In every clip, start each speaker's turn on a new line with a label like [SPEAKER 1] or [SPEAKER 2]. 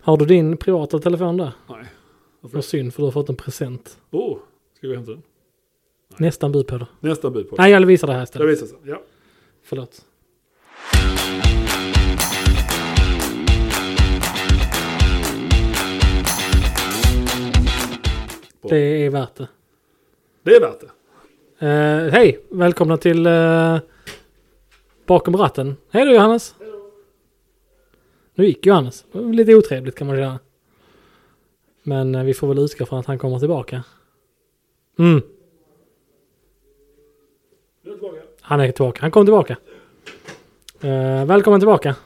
[SPEAKER 1] Har du din privata telefon där?
[SPEAKER 2] Nej. Varför?
[SPEAKER 1] Vad synd för du har fått en present.
[SPEAKER 2] Oh, ska vi hämta den?
[SPEAKER 1] Nästan bud på det.
[SPEAKER 2] Nästa bud på den.
[SPEAKER 1] Nej, jag visar det här
[SPEAKER 2] Det
[SPEAKER 1] istället.
[SPEAKER 2] visar sig. Ja.
[SPEAKER 1] Förlåt.
[SPEAKER 2] Bra.
[SPEAKER 1] Det är värt det.
[SPEAKER 2] Det är värt det.
[SPEAKER 1] Eh, Hej, välkomna till eh, Bakom ratten. Hej då Johannes. Nu gick Johannes. Det var Lite otrevligt kan man känna. Men eh, vi får väl utgå från att han kommer tillbaka. Mm,
[SPEAKER 2] Nu är jag tillbaka.
[SPEAKER 1] han är tillbaka. Han kom tillbaka. Eh, välkommen tillbaka.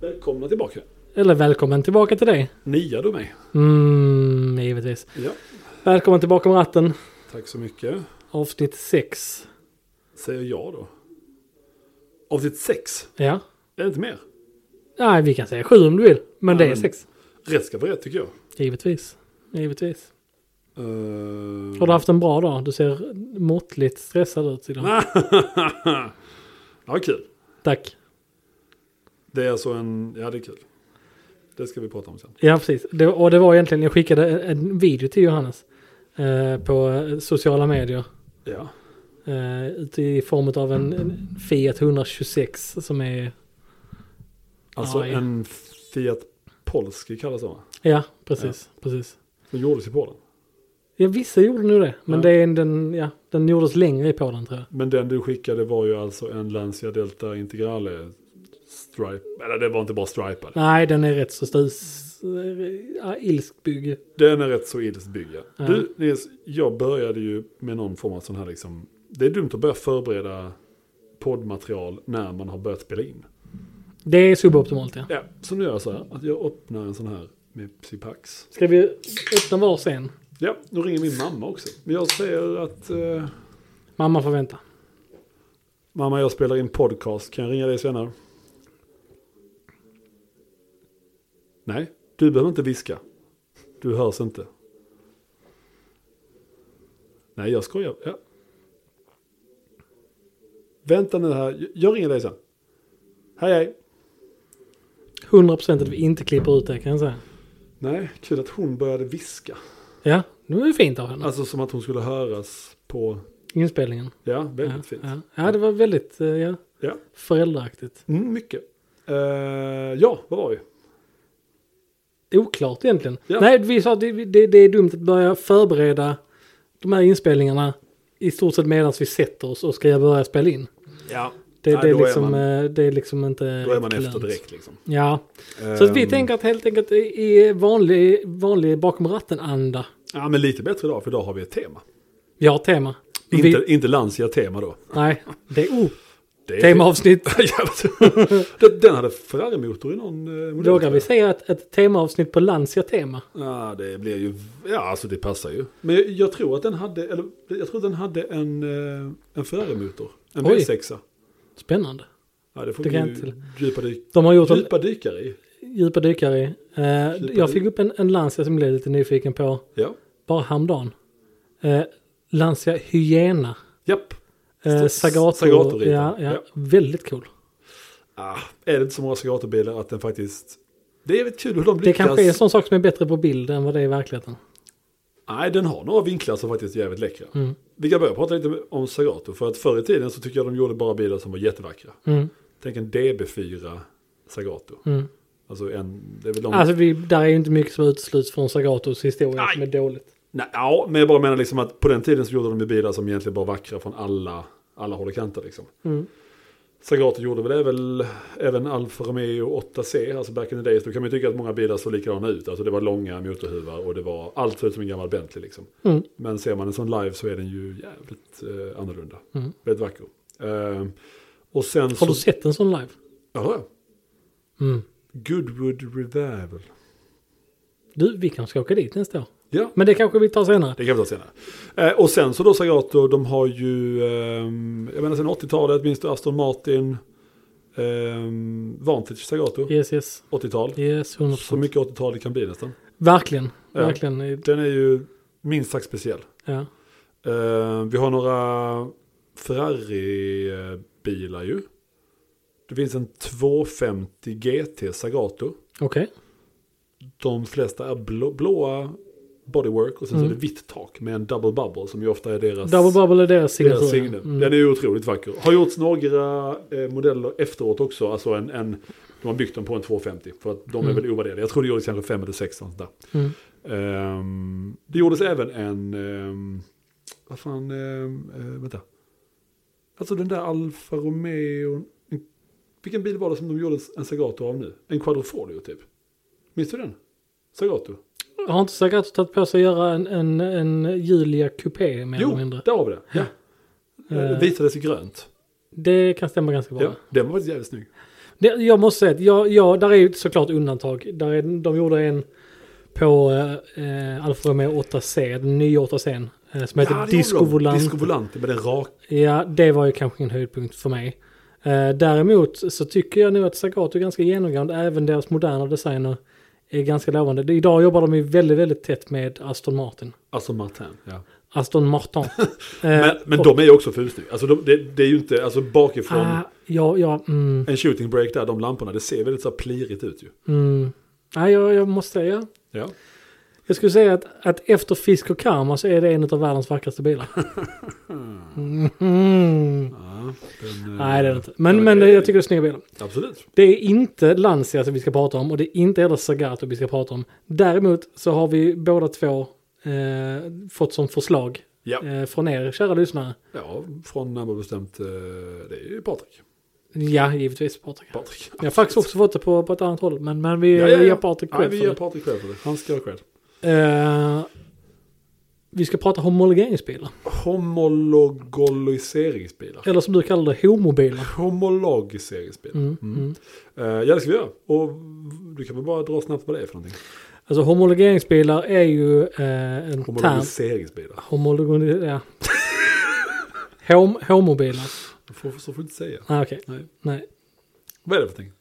[SPEAKER 2] Välkomna tillbaka.
[SPEAKER 1] Eller välkommen tillbaka till dig.
[SPEAKER 2] Nia du mig.
[SPEAKER 1] Mm, givetvis.
[SPEAKER 2] Ja.
[SPEAKER 1] Välkommen till Bakom ratten.
[SPEAKER 2] Tack så mycket.
[SPEAKER 1] Avsnitt 6.
[SPEAKER 2] Säger jag då. Avsnitt sex.
[SPEAKER 1] Ja.
[SPEAKER 2] Är det inte mer?
[SPEAKER 1] Nej, vi kan säga 7 om du vill. Men det
[SPEAKER 2] Ja,
[SPEAKER 1] är
[SPEAKER 2] men-
[SPEAKER 1] 6.
[SPEAKER 2] Rätt ska vara rätt tycker jag.
[SPEAKER 1] Givetvis. Givetvis.
[SPEAKER 2] Uh...
[SPEAKER 1] Har du haft en bra dag? Du ser måttligt stressad ut idag.
[SPEAKER 2] ja, kul.
[SPEAKER 1] Tack.
[SPEAKER 2] Det är alltså en... Ja, det är kul. Det ska vi prata om sen.
[SPEAKER 1] Ja, precis. Det, och det var egentligen, jag skickade en, en video till Johannes eh, på eh, sociala medier.
[SPEAKER 2] Ja.
[SPEAKER 1] Eh, ute I form av en, en Fiat 126 som är,
[SPEAKER 2] Alltså
[SPEAKER 1] Aj.
[SPEAKER 2] en Fiat Polski kallas det va?
[SPEAKER 1] ja, precis. precis.
[SPEAKER 2] Som gjordes i Polen.
[SPEAKER 1] Ja, vissa gjorde nu det, men
[SPEAKER 2] Ja.
[SPEAKER 1] det är en- den, ja, den gjordes längre i Polen tror jag.
[SPEAKER 2] Men den du skickade var ju alltså en Lancia Delta Integrale Stripe. Eller det var inte bara stripad.
[SPEAKER 1] Nej, den är rätt så stus, äh, ilskbygg.
[SPEAKER 2] Den är rätt så ilskt byggd, ja.
[SPEAKER 1] Ja.
[SPEAKER 2] Du Nils, jag började ju med någon form av sån här liksom. Det är dumt att börja förbereda poddmaterial när man har börjat spela in.
[SPEAKER 1] Det är suboptimalt ja.
[SPEAKER 2] Ja, så nu gör jag så här att jag öppnar en sån här med Psypax.
[SPEAKER 1] Ska vi öppna var sen?
[SPEAKER 2] Ja, nu ringer min mamma också. Men jag säger att eh,
[SPEAKER 1] Mamma får vänta.
[SPEAKER 2] mamma jag spelar in podcast, kan jag ringa dig senare? Nej, du behöver inte viska. Du hörs inte. Nej, jag skojar. Ja. Vänta nu här, jag ringer dig sen. Hej hej.
[SPEAKER 1] 100% att vi inte klipper ut det kan jag säga.
[SPEAKER 2] Nej, kul att hon började viska.
[SPEAKER 1] Ja, det var ju fint av henne.
[SPEAKER 2] Alltså som att hon skulle höras på...
[SPEAKER 1] Inspelningen.
[SPEAKER 2] Ja, väldigt
[SPEAKER 1] Ja,
[SPEAKER 2] fint.
[SPEAKER 1] ja. ja, det var väldigt eh, ja,
[SPEAKER 2] Ja.
[SPEAKER 1] föräldraaktigt.
[SPEAKER 2] Mm, mycket. Eh, ja, vad var vi?
[SPEAKER 1] Oklart egentligen.
[SPEAKER 2] Ja.
[SPEAKER 1] Nej, vi sa att det, det, det är dumt att börja förbereda de här inspelningarna i stort sett medan vi sätter oss och ska börja spela in.
[SPEAKER 2] Ja,
[SPEAKER 1] Det,
[SPEAKER 2] Nej,
[SPEAKER 1] det, är,
[SPEAKER 2] då är
[SPEAKER 1] liksom,
[SPEAKER 2] man-
[SPEAKER 1] eh, det är liksom inte...
[SPEAKER 2] då är man
[SPEAKER 1] riktigt
[SPEAKER 2] efter
[SPEAKER 1] lönt.
[SPEAKER 2] direkt Ehm. liksom.
[SPEAKER 1] Ja, så att vi tänker att helt enkelt i i vanlig, vanlig bakom ratten-anda.
[SPEAKER 2] Ja, men lite bättre idag, för idag har vi ett tema.
[SPEAKER 1] Vi har ett tema. Men
[SPEAKER 2] Inte,
[SPEAKER 1] Vi,
[SPEAKER 2] inte Lancia-tema då.
[SPEAKER 1] nej, det är oh,
[SPEAKER 2] Det är-
[SPEAKER 1] temaavsnitt.
[SPEAKER 2] Ja, men- Den- Den hade Ferrari-motor i någon eh, modell.
[SPEAKER 1] Vågar
[SPEAKER 2] tror
[SPEAKER 1] vi
[SPEAKER 2] jag.
[SPEAKER 1] säga ett, ett temaavsnitt på Lancia-tema?
[SPEAKER 2] Ja, det blir ju... Ja, alltså det passar ju. Men jag, jag tror att den hade, eller jag tror att den hade en, eh, en Ferrari-motor. En
[SPEAKER 1] Oj.
[SPEAKER 2] V6.
[SPEAKER 1] Spännande.
[SPEAKER 2] Ja, det får
[SPEAKER 1] Det
[SPEAKER 2] vi
[SPEAKER 1] kan
[SPEAKER 2] ju
[SPEAKER 1] jag inte-
[SPEAKER 2] djupa, dyk,
[SPEAKER 1] De har gjort en
[SPEAKER 2] djupa dykare i.
[SPEAKER 1] djupa dykare i. Eh,
[SPEAKER 2] Djupa
[SPEAKER 1] jag
[SPEAKER 2] dyk.
[SPEAKER 1] fick upp en, en Lancia som jag blev lite nyfiken på
[SPEAKER 2] Ja.
[SPEAKER 1] bara häromdagen. Eh, Lancia Hyena.
[SPEAKER 2] Japp.
[SPEAKER 1] Eh,
[SPEAKER 2] Sto-
[SPEAKER 1] Sagato.
[SPEAKER 2] Sagato-ritad.
[SPEAKER 1] ja, ja,
[SPEAKER 2] Ja.
[SPEAKER 1] Väldigt cool.
[SPEAKER 2] Ah, är det inte så många Sagato-bilar att den faktiskt... Det är rätt kul hur de
[SPEAKER 1] Det
[SPEAKER 2] lyckas. Mm.
[SPEAKER 1] kanske är en sån sak som är bättre på bild än vad det är i verkligheten.
[SPEAKER 2] Nej, den har några vinklar som faktiskt är jävligt läckra.
[SPEAKER 1] Mm.
[SPEAKER 2] Vi kan börja prata lite om Sagato. För att förr i tiden så tycker jag de gjorde bara bilar som var jättevackra.
[SPEAKER 1] Mm,
[SPEAKER 2] Tänk en DB4 Sagato.
[SPEAKER 1] mm.
[SPEAKER 2] Alltså en... Det är väl de...
[SPEAKER 1] Alltså vi, där är ju inte mycket som utesluts från Sagatos historia
[SPEAKER 2] Aj.
[SPEAKER 1] som är dåligt.
[SPEAKER 2] Nej, ja, men jag bara menar liksom att på den tiden så gjorde de ju bilar som egentligen bara var vackra från alla, alla håll och kanter liksom.
[SPEAKER 1] Mm.
[SPEAKER 2] Sagato gjorde väl även, även Alfa Romeo 8C, alltså back in the days. Då kan man ju tycka att många bilar såg likadana ut. Alltså det var långa motorhuvar och det var allt såg ut som en gammal Bentley liksom.
[SPEAKER 1] Mm.
[SPEAKER 2] Men ser man en sån live så är den ju jävligt eh, annorlunda.
[SPEAKER 1] Mm.
[SPEAKER 2] Väldigt vacker. Eh, och sen
[SPEAKER 1] Har du
[SPEAKER 2] så...
[SPEAKER 1] sett en sån live?
[SPEAKER 2] Ja,
[SPEAKER 1] Mm.
[SPEAKER 2] Goodwood Revival.
[SPEAKER 1] Du, vi kanske ska åka dit nästa år.
[SPEAKER 2] Ja,
[SPEAKER 1] Men det kanske vi tar senare.
[SPEAKER 2] Det kan vi ta senare. Eh, och sen så då Sagato, de har ju, ehm, jag menar sen 80-talet, minns du Aston Martin, ehm, Vantage Sagato,
[SPEAKER 1] Yes, yes.
[SPEAKER 2] 80-tal.
[SPEAKER 1] Yes, 100%.
[SPEAKER 2] Så mycket 80-tal det kan bli nästan.
[SPEAKER 1] Verkligen.
[SPEAKER 2] Ja.
[SPEAKER 1] Verkligen.
[SPEAKER 2] Den är ju minst sagt speciell.
[SPEAKER 1] Ja.
[SPEAKER 2] Eh, vi har några Ferrari-bilar ju. Det finns en 250 GT Sagato.
[SPEAKER 1] Okej.
[SPEAKER 2] De flesta är blå, blåa bodywork och sen så
[SPEAKER 1] Mm.
[SPEAKER 2] är det vitt tak med en double bubble som ju ofta är deras...
[SPEAKER 1] Double Bubble är deras signatur.
[SPEAKER 2] Deras
[SPEAKER 1] ja.
[SPEAKER 2] signum.
[SPEAKER 1] Mm.
[SPEAKER 2] Den är ju otroligt vacker. Har gjorts några eh, modeller efteråt också. Alltså en, en, de har byggt dem på en 250. För att de är
[SPEAKER 1] Mm.
[SPEAKER 2] väl ovärderliga. Jag tror det gjordes kanske fem eller sex sånt där.
[SPEAKER 1] Mm.
[SPEAKER 2] Ehm, det gjordes även en... ehm, vad fan... Um, vänta. Alltså den där Alfa Romeo... en- Vilken bil var det som de gjorde en Sagato av nu? En Quadrofolio typ. Minns du den? Sagato?
[SPEAKER 1] Har inte Sagato tagit på sig att göra en, en, en Julia Coupé mer eller
[SPEAKER 2] Jo,
[SPEAKER 1] mindre?
[SPEAKER 2] där har vi det. Ja.
[SPEAKER 1] Eh.
[SPEAKER 2] Det visades i grönt.
[SPEAKER 1] Det kan stämma ganska bra.
[SPEAKER 2] Ja, den var faktiskt jävligt snygg.
[SPEAKER 1] Det, jag måste säga att jag, jag, där är ju såklart undantag. Där är, de gjorde en på eh, eh, Alfa Romeo 8C, den nya 8C. Eh, som heter
[SPEAKER 2] Ja, det gjorde de.
[SPEAKER 1] Disco Volant.
[SPEAKER 2] Disco Volante med den raka.
[SPEAKER 1] Ja, det var ju kanske en höjdpunkt för mig. Eh, däremot så tycker jag nu att Sagato är ganska genomgående, även deras moderna designer är ganska lovande. Det- Idag jobbar de ju väldigt, väldigt tätt med Aston Martin.
[SPEAKER 2] Alltså Martin. Ja.
[SPEAKER 1] Aston Martin. Eh,
[SPEAKER 2] Men, men
[SPEAKER 1] och-
[SPEAKER 2] de är ju också fullsnygga. Alltså de, det, det är ju inte, alltså bakifrån
[SPEAKER 1] Ah, ja, ja, mm,
[SPEAKER 2] en shooting break där, de lamporna, det ser väldigt så här plirigt ut ju.
[SPEAKER 1] mm. Nej, jag, jag måste säga.
[SPEAKER 2] Ja.
[SPEAKER 1] Jag skulle säga att, att efter Fisk och Karma så är det en av världens vackraste bilar. Mhm.
[SPEAKER 2] ja den, eh,
[SPEAKER 1] Nej, det är det inte. Men,
[SPEAKER 2] Ja,
[SPEAKER 1] men
[SPEAKER 2] det-
[SPEAKER 1] jag tycker det är snygga bilar.
[SPEAKER 2] eh, Absolut.
[SPEAKER 1] Det är inte Lancia som vi ska prata om och det är inte heller Sagato vi ska prata om. Däremot så har vi båda två eh, fått som förslag
[SPEAKER 2] Ja,
[SPEAKER 1] eh, från er kära lyssnare.
[SPEAKER 2] ja från närmare bestämt, eh, det är ju Patrik.
[SPEAKER 1] Ja, givetvis Patrik.
[SPEAKER 2] Patrik.
[SPEAKER 1] Jag har faktiskt också fått det på, på ett annat håll, men, men vi
[SPEAKER 2] Ja, ja, ja.
[SPEAKER 1] ger Patrik
[SPEAKER 2] Nej,
[SPEAKER 1] cred
[SPEAKER 2] vi
[SPEAKER 1] för
[SPEAKER 2] ger
[SPEAKER 1] det.
[SPEAKER 2] Patrik själv för det. Han ska ha själv.
[SPEAKER 1] Eh, vi ska prata homologeringsbilar.
[SPEAKER 2] Homologiseringsbilar.
[SPEAKER 1] Eller som du kallar det, homobilar.
[SPEAKER 2] Homologiseringsbilar.
[SPEAKER 1] Mm,
[SPEAKER 2] Mm.
[SPEAKER 1] mm.
[SPEAKER 2] Eh, ja, det ska vi göra. Och du kan väl bara dra snabbt vad det är för någonting.
[SPEAKER 1] Alltså homologeringsbilar är ju eh, en term.
[SPEAKER 2] Homologiseringsbilar.
[SPEAKER 1] Homologering... Ja. Hom homobilar.
[SPEAKER 2] Du får, så får du inte säga.
[SPEAKER 1] Ah, okej.
[SPEAKER 2] Nej.
[SPEAKER 1] Nej.
[SPEAKER 2] Vad är det för någonting?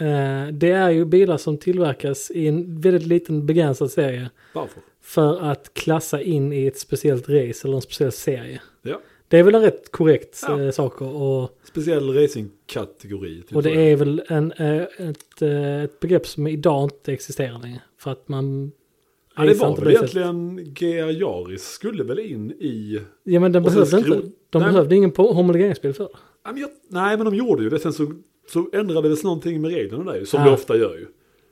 [SPEAKER 1] Eh, det är ju bilar som tillverkas i en väldigt liten begränsad serie.
[SPEAKER 2] Varför?
[SPEAKER 1] För att klassa in i ett speciellt race eller en speciell serie.
[SPEAKER 2] Ja.
[SPEAKER 1] Det är väl en rätt korrekt
[SPEAKER 2] Ja.
[SPEAKER 1] eh, sak och,
[SPEAKER 2] Speciell racingkategori. typ
[SPEAKER 1] och det
[SPEAKER 2] så.
[SPEAKER 1] är väl en, eh, ett, eh, ett begrepp som idag inte existerar längre. För att man...
[SPEAKER 2] Ja, det
[SPEAKER 1] racear
[SPEAKER 2] var
[SPEAKER 1] inte på
[SPEAKER 2] väl
[SPEAKER 1] det sättet.
[SPEAKER 2] egentligen GR Yaris skulle väl in i...
[SPEAKER 1] Ja men den
[SPEAKER 2] Och sen
[SPEAKER 1] behövde inte.
[SPEAKER 2] skrot-
[SPEAKER 1] De
[SPEAKER 2] Nej.
[SPEAKER 1] behövde ingen på- homologeringsbil för det.
[SPEAKER 2] Ja, men jag, nej, men de gjorde ju det. Sen så, så ändrades någonting med reglerna där ju, som
[SPEAKER 1] Ja.
[SPEAKER 2] det ofta gör ju.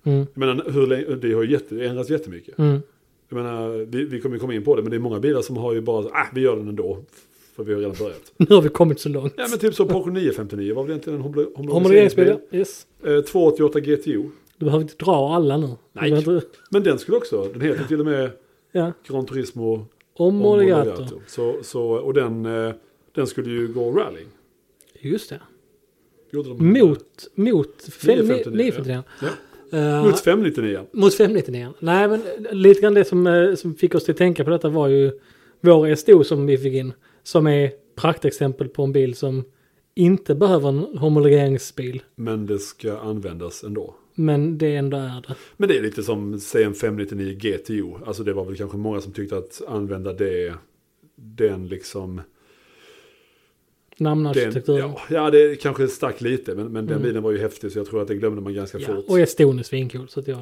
[SPEAKER 1] Mm.
[SPEAKER 2] Jag menar, hur länge, det har ju jätte, ändrats jättemycket.
[SPEAKER 1] Mm.
[SPEAKER 2] Jag menar, vi, vi kommer ju komma in på det, men det är många bilar som har ju bara, så, ah, vi gör den ändå. För vi har redan börjat.
[SPEAKER 1] Nu har vi kommit så långt.
[SPEAKER 2] Ja, men typ så Porsche 959 var väl egentligen en homolo-
[SPEAKER 1] Homologeringsbil,
[SPEAKER 2] homologiseringsbil.
[SPEAKER 1] ja. yes.
[SPEAKER 2] Eh, 288 GTO.
[SPEAKER 1] Du behöver inte dra alla nu. Du
[SPEAKER 2] Nej.
[SPEAKER 1] behöver inte-
[SPEAKER 2] Men den skulle också, den heter till och med
[SPEAKER 1] Ja.
[SPEAKER 2] Gran Turismo
[SPEAKER 1] Homologator.
[SPEAKER 2] Så, så, och den, eh, den skulle ju gå rally.
[SPEAKER 1] Just det.
[SPEAKER 2] Gjorde de-
[SPEAKER 1] Mot, mot fem-
[SPEAKER 2] 959,
[SPEAKER 1] 959.
[SPEAKER 2] Ja.
[SPEAKER 1] Eh,
[SPEAKER 2] Mot 599.
[SPEAKER 1] Mot 599. Nej men eh, lite grann det som, eh, som fick oss till att tänka på detta var ju vår STO som vi fick in. Som är praktexempel på en bil som inte behöver en homologeringsbil.
[SPEAKER 2] Men det ska användas ändå.
[SPEAKER 1] Men det ändå är det.
[SPEAKER 2] Men det är lite som säg en 599 GTO. Alltså det var väl kanske många som tyckte att använda det. Den liksom. Den,
[SPEAKER 1] Namnarkitekturen.
[SPEAKER 2] ja, ja, det kanske stack lite. Men, men den
[SPEAKER 1] Mm.
[SPEAKER 2] bilen var ju häftig så jag tror att det glömde man ganska
[SPEAKER 1] Ja,
[SPEAKER 2] fort.
[SPEAKER 1] och Eston är svincool. Så att jag,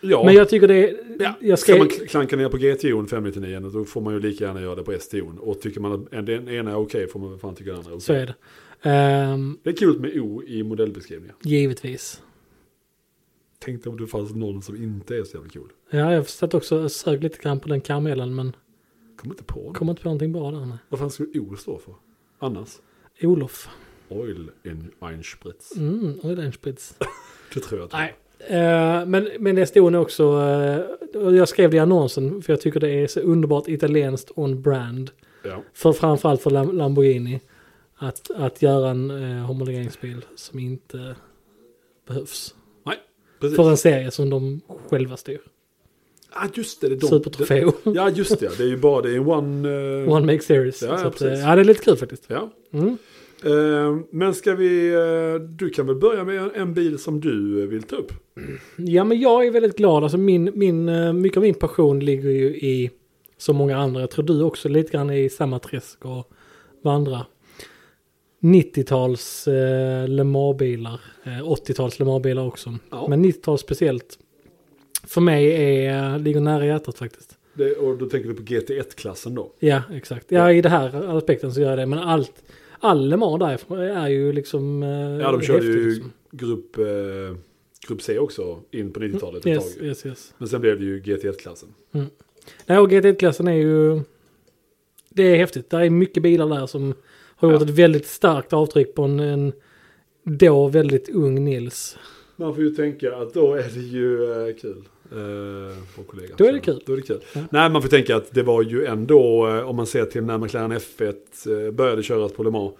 [SPEAKER 2] ja,
[SPEAKER 1] Men jag tycker det är...
[SPEAKER 2] ja.
[SPEAKER 1] Jag
[SPEAKER 2] ska
[SPEAKER 1] skrev,
[SPEAKER 2] man kl- klanka ner på GTO 599 då får man ju lika gärna göra det på STO. Och tycker man att en- den ena är okej får man väl fan tycka den andra är okej.
[SPEAKER 1] så är det. Ehm,
[SPEAKER 2] Det är kul med O i modellbeskrivningar.
[SPEAKER 1] Mm, Eh, eh, eh, Mm. Alltså, eh, eh,
[SPEAKER 2] eh, Eh, eh,
[SPEAKER 1] för mig är, ligger nära hjärtat faktiskt.
[SPEAKER 2] Det, och då tänker du på GT1-klassen då?
[SPEAKER 1] Ja, exakt. Ja, i det här aspekten så gör jag det. Men allt, all Le Mans därifrån är ju liksom eh,
[SPEAKER 2] Ja, de körde
[SPEAKER 1] häftigt,
[SPEAKER 2] ju
[SPEAKER 1] liksom. Mm.
[SPEAKER 2] grupp, eh, grupp C också in på 90-talet ett
[SPEAKER 1] Yes,
[SPEAKER 2] tag.
[SPEAKER 1] yes, yes.
[SPEAKER 2] Men sen blev det ju GT1-klassen.
[SPEAKER 1] Nej, och GT1-klassen är ju... Det är häftigt. Det är mycket bilar där som har gjort
[SPEAKER 2] Ja.
[SPEAKER 1] ett väldigt starkt avtryck på en, en då väldigt ung Nils.
[SPEAKER 2] Man får ju tänka att då är det ju eh, kul. Eh, vår kollega.
[SPEAKER 1] Då är det kul.
[SPEAKER 2] Då är det kul.
[SPEAKER 1] Ja.
[SPEAKER 2] Nej, man får tänka att det var ju ändå, eh, om man ser till när McLaren F1 eh, började köras på Le Mans,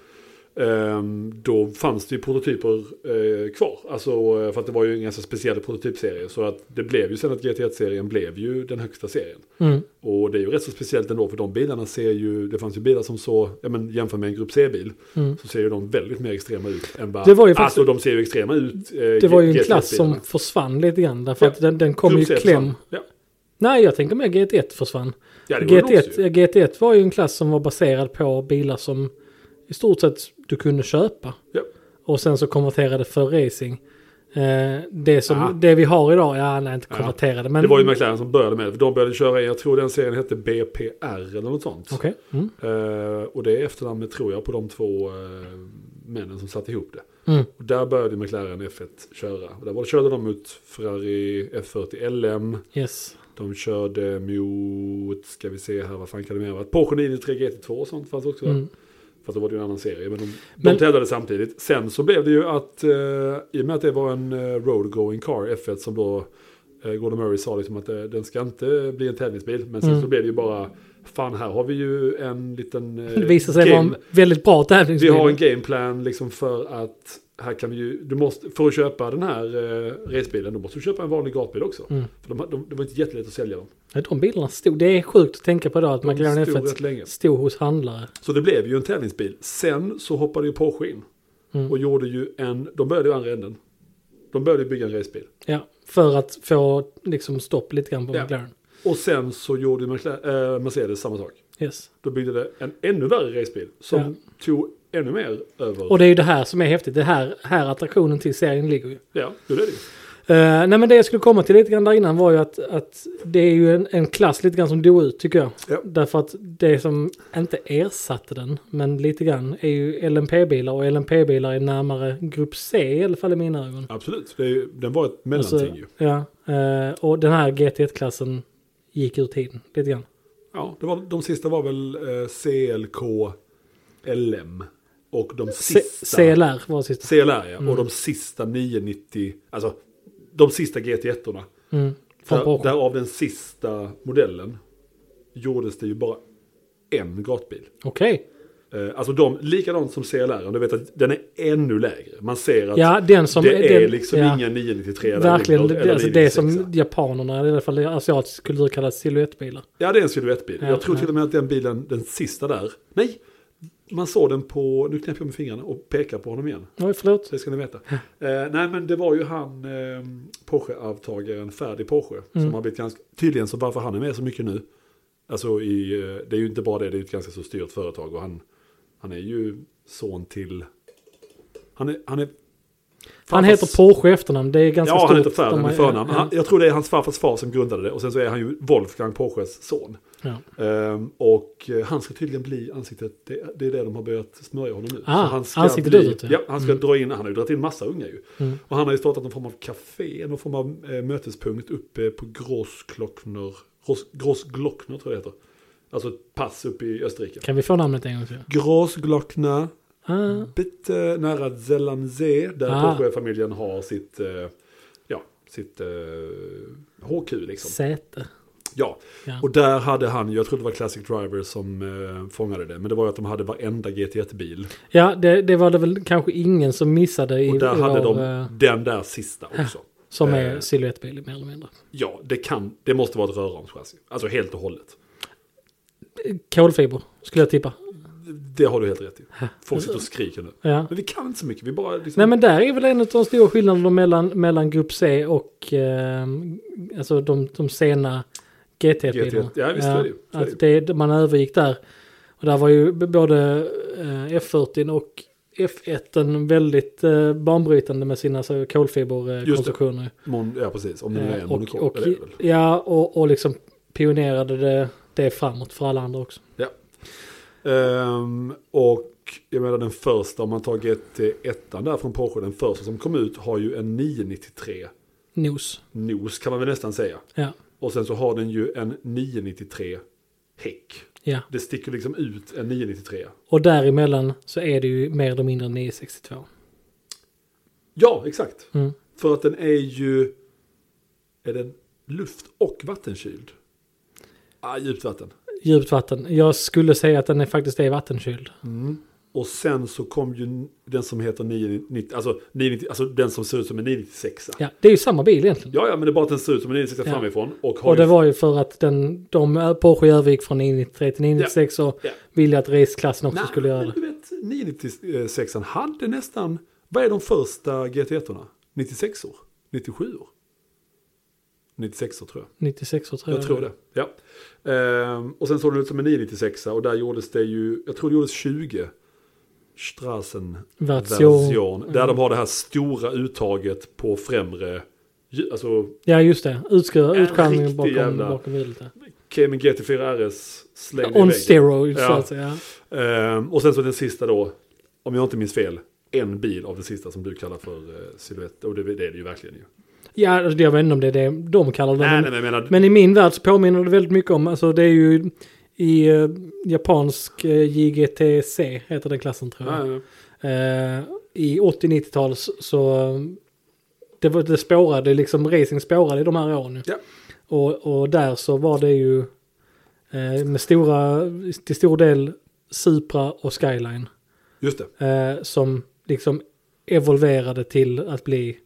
[SPEAKER 2] eh, då fanns det ju prototyper eh, kvar. Alltså, eh, för att det var ju en ganska speciell prototypserie. Så att det blev ju sen att GT1-serien blev ju den högsta serien.
[SPEAKER 1] Mm.
[SPEAKER 2] Och det är ju rätt så speciellt ändå för de bilarna ser ju, det fanns ju bilar som så, ja men jämför med en grupp C-bil,
[SPEAKER 1] Mm.
[SPEAKER 2] så ser ju de väldigt mer extrema ut än bara,
[SPEAKER 1] Det var ju faktiskt-
[SPEAKER 2] alltså de ser ju extrema ut. Eh,
[SPEAKER 1] Det var ju en klass som försvann lite grann. Därför
[SPEAKER 2] Ja.
[SPEAKER 1] att den, den kom ju i kläm.
[SPEAKER 2] Ja,
[SPEAKER 1] Nej, jag tänker mer GT1 försvann.
[SPEAKER 2] ja det gjorde de också
[SPEAKER 1] GT1,
[SPEAKER 2] ju.
[SPEAKER 1] GT1 var ju en klass som var baserad på bilar som i stort sett du kunde köpa.
[SPEAKER 2] Ja.
[SPEAKER 1] Och sen så konverterade för racing. Eh, det, som,
[SPEAKER 2] Ja.
[SPEAKER 1] det vi har idag, ja nej inte
[SPEAKER 2] Ah. Ja.
[SPEAKER 1] konverterade men...
[SPEAKER 2] Det var ju McLaren som började med det, för de började köra, jag tror den serien hette BPR eller något sånt.
[SPEAKER 1] Okej. Mm.
[SPEAKER 2] Eh, och det är efternamnet tror jag på de två eh, männen som satte ihop det.
[SPEAKER 1] Mm.
[SPEAKER 2] Och där började McLaren F1 köra. Och där var, körde de ut Ferrari F40 LM.
[SPEAKER 1] Yes.
[SPEAKER 2] De körde mot, ska vi se här, vad fan kan det mer ha varit? Porsche 993 GT2 och sånt fanns också.
[SPEAKER 1] Mm.
[SPEAKER 2] Fast då var det ju en annan serie. Men de,
[SPEAKER 1] Men-
[SPEAKER 2] de tävlade samtidigt. Sen så blev det ju att, eh, i och med att det var en eh, road going car, F1, som då eh, Gordon Murray sa liksom att eh, den ska inte bli en tävlingsbil. Men sen
[SPEAKER 1] Mm.
[SPEAKER 2] så blev det ju bara, fan här har vi ju en liten... Eh,
[SPEAKER 1] Det visade sig vara
[SPEAKER 2] game.
[SPEAKER 1] en väldigt bra
[SPEAKER 2] Vi
[SPEAKER 1] tävlingsbil.
[SPEAKER 2] har en gameplan liksom för att här kan vi ju, du måste, för att köpa den här eh, racebilen, då måste du köpa en vanlig gatbil också.
[SPEAKER 1] Mm.
[SPEAKER 2] För de, de, det var inte jättelätt att sälja dem.
[SPEAKER 1] Ja, De bilarna stod, det är sjukt att tänka på idag att
[SPEAKER 2] De
[SPEAKER 1] McLaren
[SPEAKER 2] stod
[SPEAKER 1] F1
[SPEAKER 2] rätt länge.
[SPEAKER 1] stod hos handlare.
[SPEAKER 2] Så det blev ju en tävlingsbil. Sen så hoppade ju Porsche in.
[SPEAKER 1] Mm.
[SPEAKER 2] Och gjorde ju en, de började ju andra änden. De började bygga en racebil.
[SPEAKER 1] Ja, för att få liksom stopp lite grann på
[SPEAKER 2] Ja.
[SPEAKER 1] McLaren.
[SPEAKER 2] Och sen så gjorde ju Mercla- eh, Mercedes samma sak.
[SPEAKER 1] Yes.
[SPEAKER 2] Då byggde det en ännu värre racebil. Som tog ännu mer över.
[SPEAKER 1] Och det är ju det här som är häftigt. Det här, här attraktionen till serien ligger ju.
[SPEAKER 2] ja, det är det ju.
[SPEAKER 1] Eh, nej men det jag skulle komma till lite grann där innan var ju att, att det är ju en, en klass lite grann som dog ut tycker jag.
[SPEAKER 2] Ja.
[SPEAKER 1] Därför att det som inte ersatte den, men lite grann, är ju LMP-bilar och LMP-bilar är närmare grupp C i alla fall i mina ögon.
[SPEAKER 2] Absolut. Det är, ju- den var ett mellanting ju.
[SPEAKER 1] Alltså, ja, eh, och den här GT1-klassen gick ur tiden lite grann.
[SPEAKER 2] Ja, det var, de sista var väl eh, CLK LM. Och de
[SPEAKER 1] C-
[SPEAKER 2] sista...
[SPEAKER 1] CLR var sista.
[SPEAKER 2] CLR ja.
[SPEAKER 1] Mm.
[SPEAKER 2] Och de sista 990... Alltså, de sista GT1-orna.
[SPEAKER 1] Mm, från
[SPEAKER 2] Där,
[SPEAKER 1] Porsche.
[SPEAKER 2] därav den sista modellen gjordes det ju bara en gatbil.
[SPEAKER 1] Okej.
[SPEAKER 2] Eh, alltså de, likadant som CLR, om du vet att den är ännu lägre. Man ser att
[SPEAKER 1] Ja, den som...
[SPEAKER 2] det är
[SPEAKER 1] den,
[SPEAKER 2] liksom
[SPEAKER 1] ja.
[SPEAKER 2] inga 993 eller
[SPEAKER 1] Verkligen,
[SPEAKER 2] 900 eller
[SPEAKER 1] det, alltså det
[SPEAKER 2] 996.
[SPEAKER 1] som japanerna, i alla fall i asiatisk kultur, kallar silhuettbilar.
[SPEAKER 2] Ja, det är en siluettbil.
[SPEAKER 1] Ja,
[SPEAKER 2] jag tror
[SPEAKER 1] ja.
[SPEAKER 2] till och med att den bilen, den sista där, nej, man såg den på, nu knäpper jag med fingrarna och pekar på honom igen.
[SPEAKER 1] Oj, förlåt.
[SPEAKER 2] Det ska ni veta. Eh, nej, men det var ju han, eh, Porsche-avtagaren Ferdi Porsche,
[SPEAKER 1] Mm.
[SPEAKER 2] som har blivit ganska, tydligen så varför han är med så mycket nu. Alltså i, eh, det är ju inte bara det, det är ju ett ganska så styrt företag och han, han är ju son till, han är, han är
[SPEAKER 1] Han heter Porsche i efternamn, det är ganska
[SPEAKER 2] Ja,
[SPEAKER 1] stort.
[SPEAKER 2] han heter Ferdi
[SPEAKER 1] De
[SPEAKER 2] med
[SPEAKER 1] har-
[SPEAKER 2] förnamn.
[SPEAKER 1] ja,
[SPEAKER 2] Han, jag tror det är hans farfars far som grundade det och sen så är han ju Wolfgang Porsches son.
[SPEAKER 1] ja.
[SPEAKER 2] Ehm, och eh, han ska tydligen bli ansiktet, det, det är det de har börjat smörja honom nu.
[SPEAKER 1] Ah,
[SPEAKER 2] Så han ska
[SPEAKER 1] ansiktet
[SPEAKER 2] bli,
[SPEAKER 1] utåt, ja. Mm.
[SPEAKER 2] ja. han ska dra in, han har ju dragit in massa unga ju. Och han har ju startat någon form av café, någon form av eh, mötespunkt uppe på Grossglockner, Gross, Grossglockner tror jag det heter. Alltså ett pass uppe i Österrike.
[SPEAKER 1] Kan vi få namnet en gång till?
[SPEAKER 2] Grossglockner,
[SPEAKER 1] Ah,
[SPEAKER 2] Mm, bitte nära Zellansee, där
[SPEAKER 1] Ah.
[SPEAKER 2] Porsche-familjen har sitt, eh, ja, sitt eh, HQ liksom.
[SPEAKER 1] säte.
[SPEAKER 2] Ja,
[SPEAKER 1] Ja.
[SPEAKER 2] och där hade han, jag tror det var Classic Driver som eh, fångade det, men det var ju att de hade varenda GT1-bil.
[SPEAKER 1] Ja, det, det var det väl kanske ingen som missade i,
[SPEAKER 2] Och där
[SPEAKER 1] i
[SPEAKER 2] hade
[SPEAKER 1] vår,
[SPEAKER 2] de
[SPEAKER 1] eh,
[SPEAKER 2] den där sista också.
[SPEAKER 1] som är
[SPEAKER 2] eh,
[SPEAKER 1] silhuettbil mer eller mindre.
[SPEAKER 2] Ja, det kan, det måste vara ett rörramschassi. Alltså helt och hållet.
[SPEAKER 1] Kolfiber, skulle jag tippa.
[SPEAKER 2] Det har du helt rätt i. Folk sitter och skriker nu.
[SPEAKER 1] Ja.
[SPEAKER 2] Men vi kan inte så mycket, vi bara liksom...
[SPEAKER 1] Nej men där är väl en av de stora skillnaderna mellan, mellan grupp C och eh, alltså de, de sena GT-bilarna.
[SPEAKER 2] GT, ja, visst, så är det ju. Så är det
[SPEAKER 1] att det, man övergick där. Och där var ju b- både eh, F40 och F1 en väldigt eh, banbrytande med sina så, kolfiberkonstruktioner.
[SPEAKER 2] Mon, ja, precis. Om det nu är en
[SPEAKER 1] Eh, och,
[SPEAKER 2] monokok.
[SPEAKER 1] och,
[SPEAKER 2] det är det väl.
[SPEAKER 1] ja, och, och liksom pionerade det, det framåt för alla andra också.
[SPEAKER 2] Ehm, och jag menar den första, om man tar GT1 där från Porsche, den första som kom ut har ju en 993
[SPEAKER 1] Nos.
[SPEAKER 2] nos kan man väl nästan säga.
[SPEAKER 1] Ja,
[SPEAKER 2] Och sen så har den ju en 993 häck.
[SPEAKER 1] ja.
[SPEAKER 2] Det sticker liksom ut en 993.
[SPEAKER 1] Och däremellan så är det ju mer eller mindre 962.
[SPEAKER 2] Ja, exakt.
[SPEAKER 1] Mm.
[SPEAKER 2] För att den är ju... Är den luft och vattenkyld? Ah, djupt vatten.
[SPEAKER 1] Djupt vatten. Jag skulle säga att den är faktiskt är vattenkyld.
[SPEAKER 2] Och sen så kom ju den som heter 990, alltså, 990, alltså den som ser ut som en 996.
[SPEAKER 1] Ja, det är ju samma bil egentligen.
[SPEAKER 2] Ja, ja, men det är bara att den ser ut som en 996
[SPEAKER 1] Ja.
[SPEAKER 2] framifrån. Och har
[SPEAKER 1] Och det
[SPEAKER 2] ju-
[SPEAKER 1] var ju för att den, de Porsche övergick från 993 till 996 och
[SPEAKER 2] Ja.
[SPEAKER 1] ville att raceklassen också
[SPEAKER 2] Nej,
[SPEAKER 1] skulle göra
[SPEAKER 2] men
[SPEAKER 1] det.
[SPEAKER 2] du vet, 996 hade nästan, vad är de första GT1? -orna? 96-or? 97-or? 96-or tror jag.
[SPEAKER 1] 96 tror jag.
[SPEAKER 2] Jag tror det. Ja. Ehm, och sen såg den ut som en 996 och där gjordes det ju, jag tror det gjordes 20 Strassen
[SPEAKER 1] Version.
[SPEAKER 2] Där de har det här stora uttaget på främre, ju- alltså
[SPEAKER 1] Ja, just det. Utskur,
[SPEAKER 2] En
[SPEAKER 1] utskärningen
[SPEAKER 2] riktig
[SPEAKER 1] bakom,
[SPEAKER 2] jävla-
[SPEAKER 1] bakom hjulet. där.
[SPEAKER 2] Cayman GT4 RS slängde i
[SPEAKER 1] On
[SPEAKER 2] väggen.
[SPEAKER 1] steroids
[SPEAKER 2] Ja.
[SPEAKER 1] så att säga.
[SPEAKER 2] Ehm, och sen så den sista då, om jag inte minns fel, en bil av den sista som du kallar för uh, silhuett. Och det, det är det ju verkligen ju.
[SPEAKER 1] Ja, alltså, jag vet inte om det är det de kallar det. men-
[SPEAKER 2] Nej, nej, men jag menar,
[SPEAKER 1] Men i min värld så påminner det väldigt mycket om, alltså det är ju i eh, japansk eh, JGTC heter den klassen tror jag.
[SPEAKER 2] nej, nej.
[SPEAKER 1] Eh, I 80-90-tal så, så eh, det, var, det spårade, liksom racing spårade i de här åren. ju.
[SPEAKER 2] Ja.
[SPEAKER 1] Och, och där så var det ju eh, med stora, till stor del Supra och Skyline.
[SPEAKER 2] just det.
[SPEAKER 1] Eh, som liksom evolverade till att bli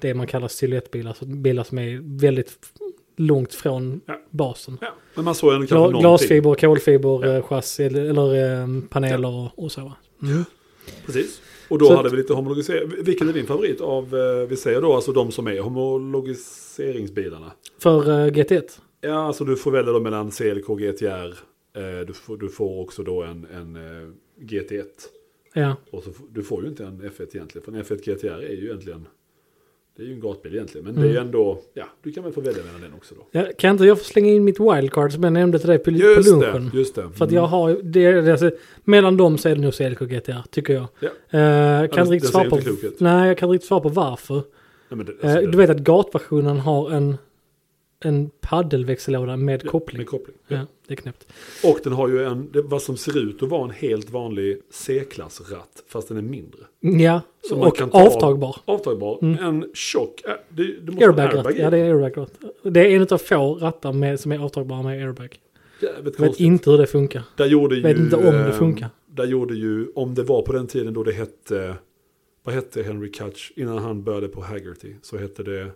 [SPEAKER 1] det man kallar silhuettbilar. Alltså bilar som är väldigt f- långt från
[SPEAKER 2] Ja.
[SPEAKER 1] basen.
[SPEAKER 2] Ja. Men man såg ändå kanske
[SPEAKER 1] Gla
[SPEAKER 2] någonting.
[SPEAKER 1] glasfiber, kolfiber,
[SPEAKER 2] Ja.
[SPEAKER 1] ja. chassi eller, eller eh, paneler och, och så. va?
[SPEAKER 2] Precis. Och då
[SPEAKER 1] Så
[SPEAKER 2] hade
[SPEAKER 1] att-
[SPEAKER 2] vi lite homologisering. Vilken är din favorit av, eh, vi säger då, alltså de som är homologiseringsbilarna?
[SPEAKER 1] För eh, GT1.
[SPEAKER 2] Ja, alltså du får välja då mellan CLK och GTR. Eh, Du får, du får också då en, en eh, GT1.
[SPEAKER 1] Ja.
[SPEAKER 2] Och så, f- du får ju inte en F1 egentligen, för en F1 GTR är ju egentligen, det är ju en gatbil egentligen. Men det
[SPEAKER 1] Mm.
[SPEAKER 2] är ju ändå, ja, du kan väl få välja mellan den också då.
[SPEAKER 1] Ja, Kan inte jag få slänga in mitt wildcard som jag nämnde till dig på, på
[SPEAKER 2] Just
[SPEAKER 1] lunchen?
[SPEAKER 2] det, just det.
[SPEAKER 1] För att
[SPEAKER 2] Mm.
[SPEAKER 1] jag har, det, är- det, är alltså, mellan dem så är det nog CLK och GTR, tycker jag.
[SPEAKER 2] Ja.
[SPEAKER 1] Eh,
[SPEAKER 2] den-
[SPEAKER 1] kan inte
[SPEAKER 2] den
[SPEAKER 1] riktigt svara
[SPEAKER 2] ser
[SPEAKER 1] på,
[SPEAKER 2] inte klok ut.
[SPEAKER 1] nej, jag kan inte riktigt svara på varför.
[SPEAKER 2] Nej, men det, alltså,
[SPEAKER 1] Eh,
[SPEAKER 2] det-
[SPEAKER 1] Du vet att gatversionen har en, en paddelväxellåda med
[SPEAKER 2] ja,
[SPEAKER 1] koppling.
[SPEAKER 2] Med koppling. Ja.
[SPEAKER 1] Ja, det är knäppt.
[SPEAKER 2] Och den har ju en, det, vad som ser ut att vara en helt vanlig C-klassratt, fast den är mindre.
[SPEAKER 1] Ja,
[SPEAKER 2] Så man
[SPEAKER 1] och
[SPEAKER 2] kan ta-
[SPEAKER 1] avtagbar.
[SPEAKER 2] Avtagbar, en tjock, äh, det, du måste ha en
[SPEAKER 1] Mm. Airbag-ratt.
[SPEAKER 2] airbag
[SPEAKER 1] Ja, det är airbag-ratt. Det är en av få rattar med, som är avtagbara med airbag. Jag
[SPEAKER 2] Jävligt
[SPEAKER 1] vet
[SPEAKER 2] konstigt.
[SPEAKER 1] inte hur det funkar.
[SPEAKER 2] Där gjorde ju,
[SPEAKER 1] vet inte om det
[SPEAKER 2] eh,
[SPEAKER 1] funkar.
[SPEAKER 2] Där gjorde ju, om det var på den tiden då det hette, vad hette Henry Cutch innan han började på Haggerty, så hette det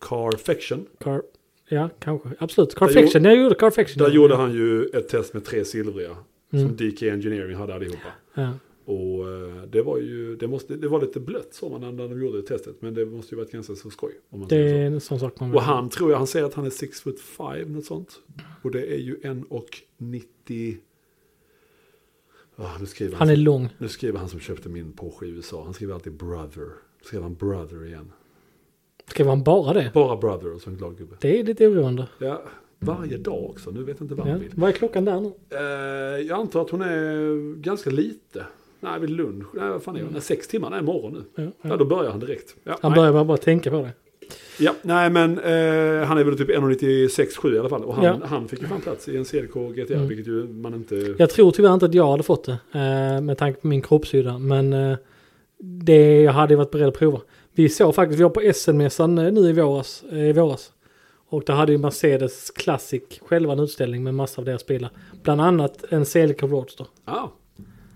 [SPEAKER 2] Carfection.
[SPEAKER 1] Car, ja, kanske. Absolut.
[SPEAKER 2] Där
[SPEAKER 1] Carfection. Jag gjorde Carfection.
[SPEAKER 2] Där gjorde han ju ett test med tre silvriga, som
[SPEAKER 1] Mm.
[SPEAKER 2] DK Engineering hade allihopa.
[SPEAKER 1] Ja.
[SPEAKER 2] Och eh, det var ju, det, måste, det var lite blött så man när de gjorde det testet, men det måste ju varit ganska så skoj. Om man
[SPEAKER 1] Det
[SPEAKER 2] säger så.
[SPEAKER 1] är en sån sak man
[SPEAKER 2] Och han tror jag, han säger att han är 6 foot 5, något sånt. Och det är ju en och 90... Ah, nu skriver han,
[SPEAKER 1] Han är lång.
[SPEAKER 2] nu skriver han som köpte min Porsche i USA, han skriver alltid brother. Nu skriver han brother igen.
[SPEAKER 1] Skrev han bara det?
[SPEAKER 2] Bara brother och så en glad gubbe.
[SPEAKER 1] Det är lite oroande.
[SPEAKER 2] Ja, varje dag också, nu vet jag inte vad
[SPEAKER 1] Ja.
[SPEAKER 2] han vill.
[SPEAKER 1] Vad är klockan där nu?
[SPEAKER 2] Eh, jag antar att hon är ganska lite. Nej, vid lunch. Nej, vad fan är hon? Nej, sex timmar? Nej, imorgon nu.
[SPEAKER 1] Mm. Ja,
[SPEAKER 2] Ja,
[SPEAKER 1] ja.
[SPEAKER 2] då börjar han direkt. Ja,
[SPEAKER 1] Han
[SPEAKER 2] nej.
[SPEAKER 1] börjar bara, bara tänka på det.
[SPEAKER 2] Ja, nej men eh, han är väl typ 1,96-7 i alla fall. Och han,
[SPEAKER 1] Ja.
[SPEAKER 2] han fick ju fan plats i en CDK GTR,
[SPEAKER 1] Mm.
[SPEAKER 2] vilket ju man inte...
[SPEAKER 1] Jag tror tyvärr inte att jag hade fått det eh, med tanke på min kroppshydda. Men eh, det jag hade varit beredd att prova. Vi såg faktiskt, vi var på Essen-mässan eh, nu i våras, eh, i våras. Och där hade ju Mercedes Classic själva en utställning med massa av deras bilar. Bland annat en CLK Roadster.
[SPEAKER 2] Ah,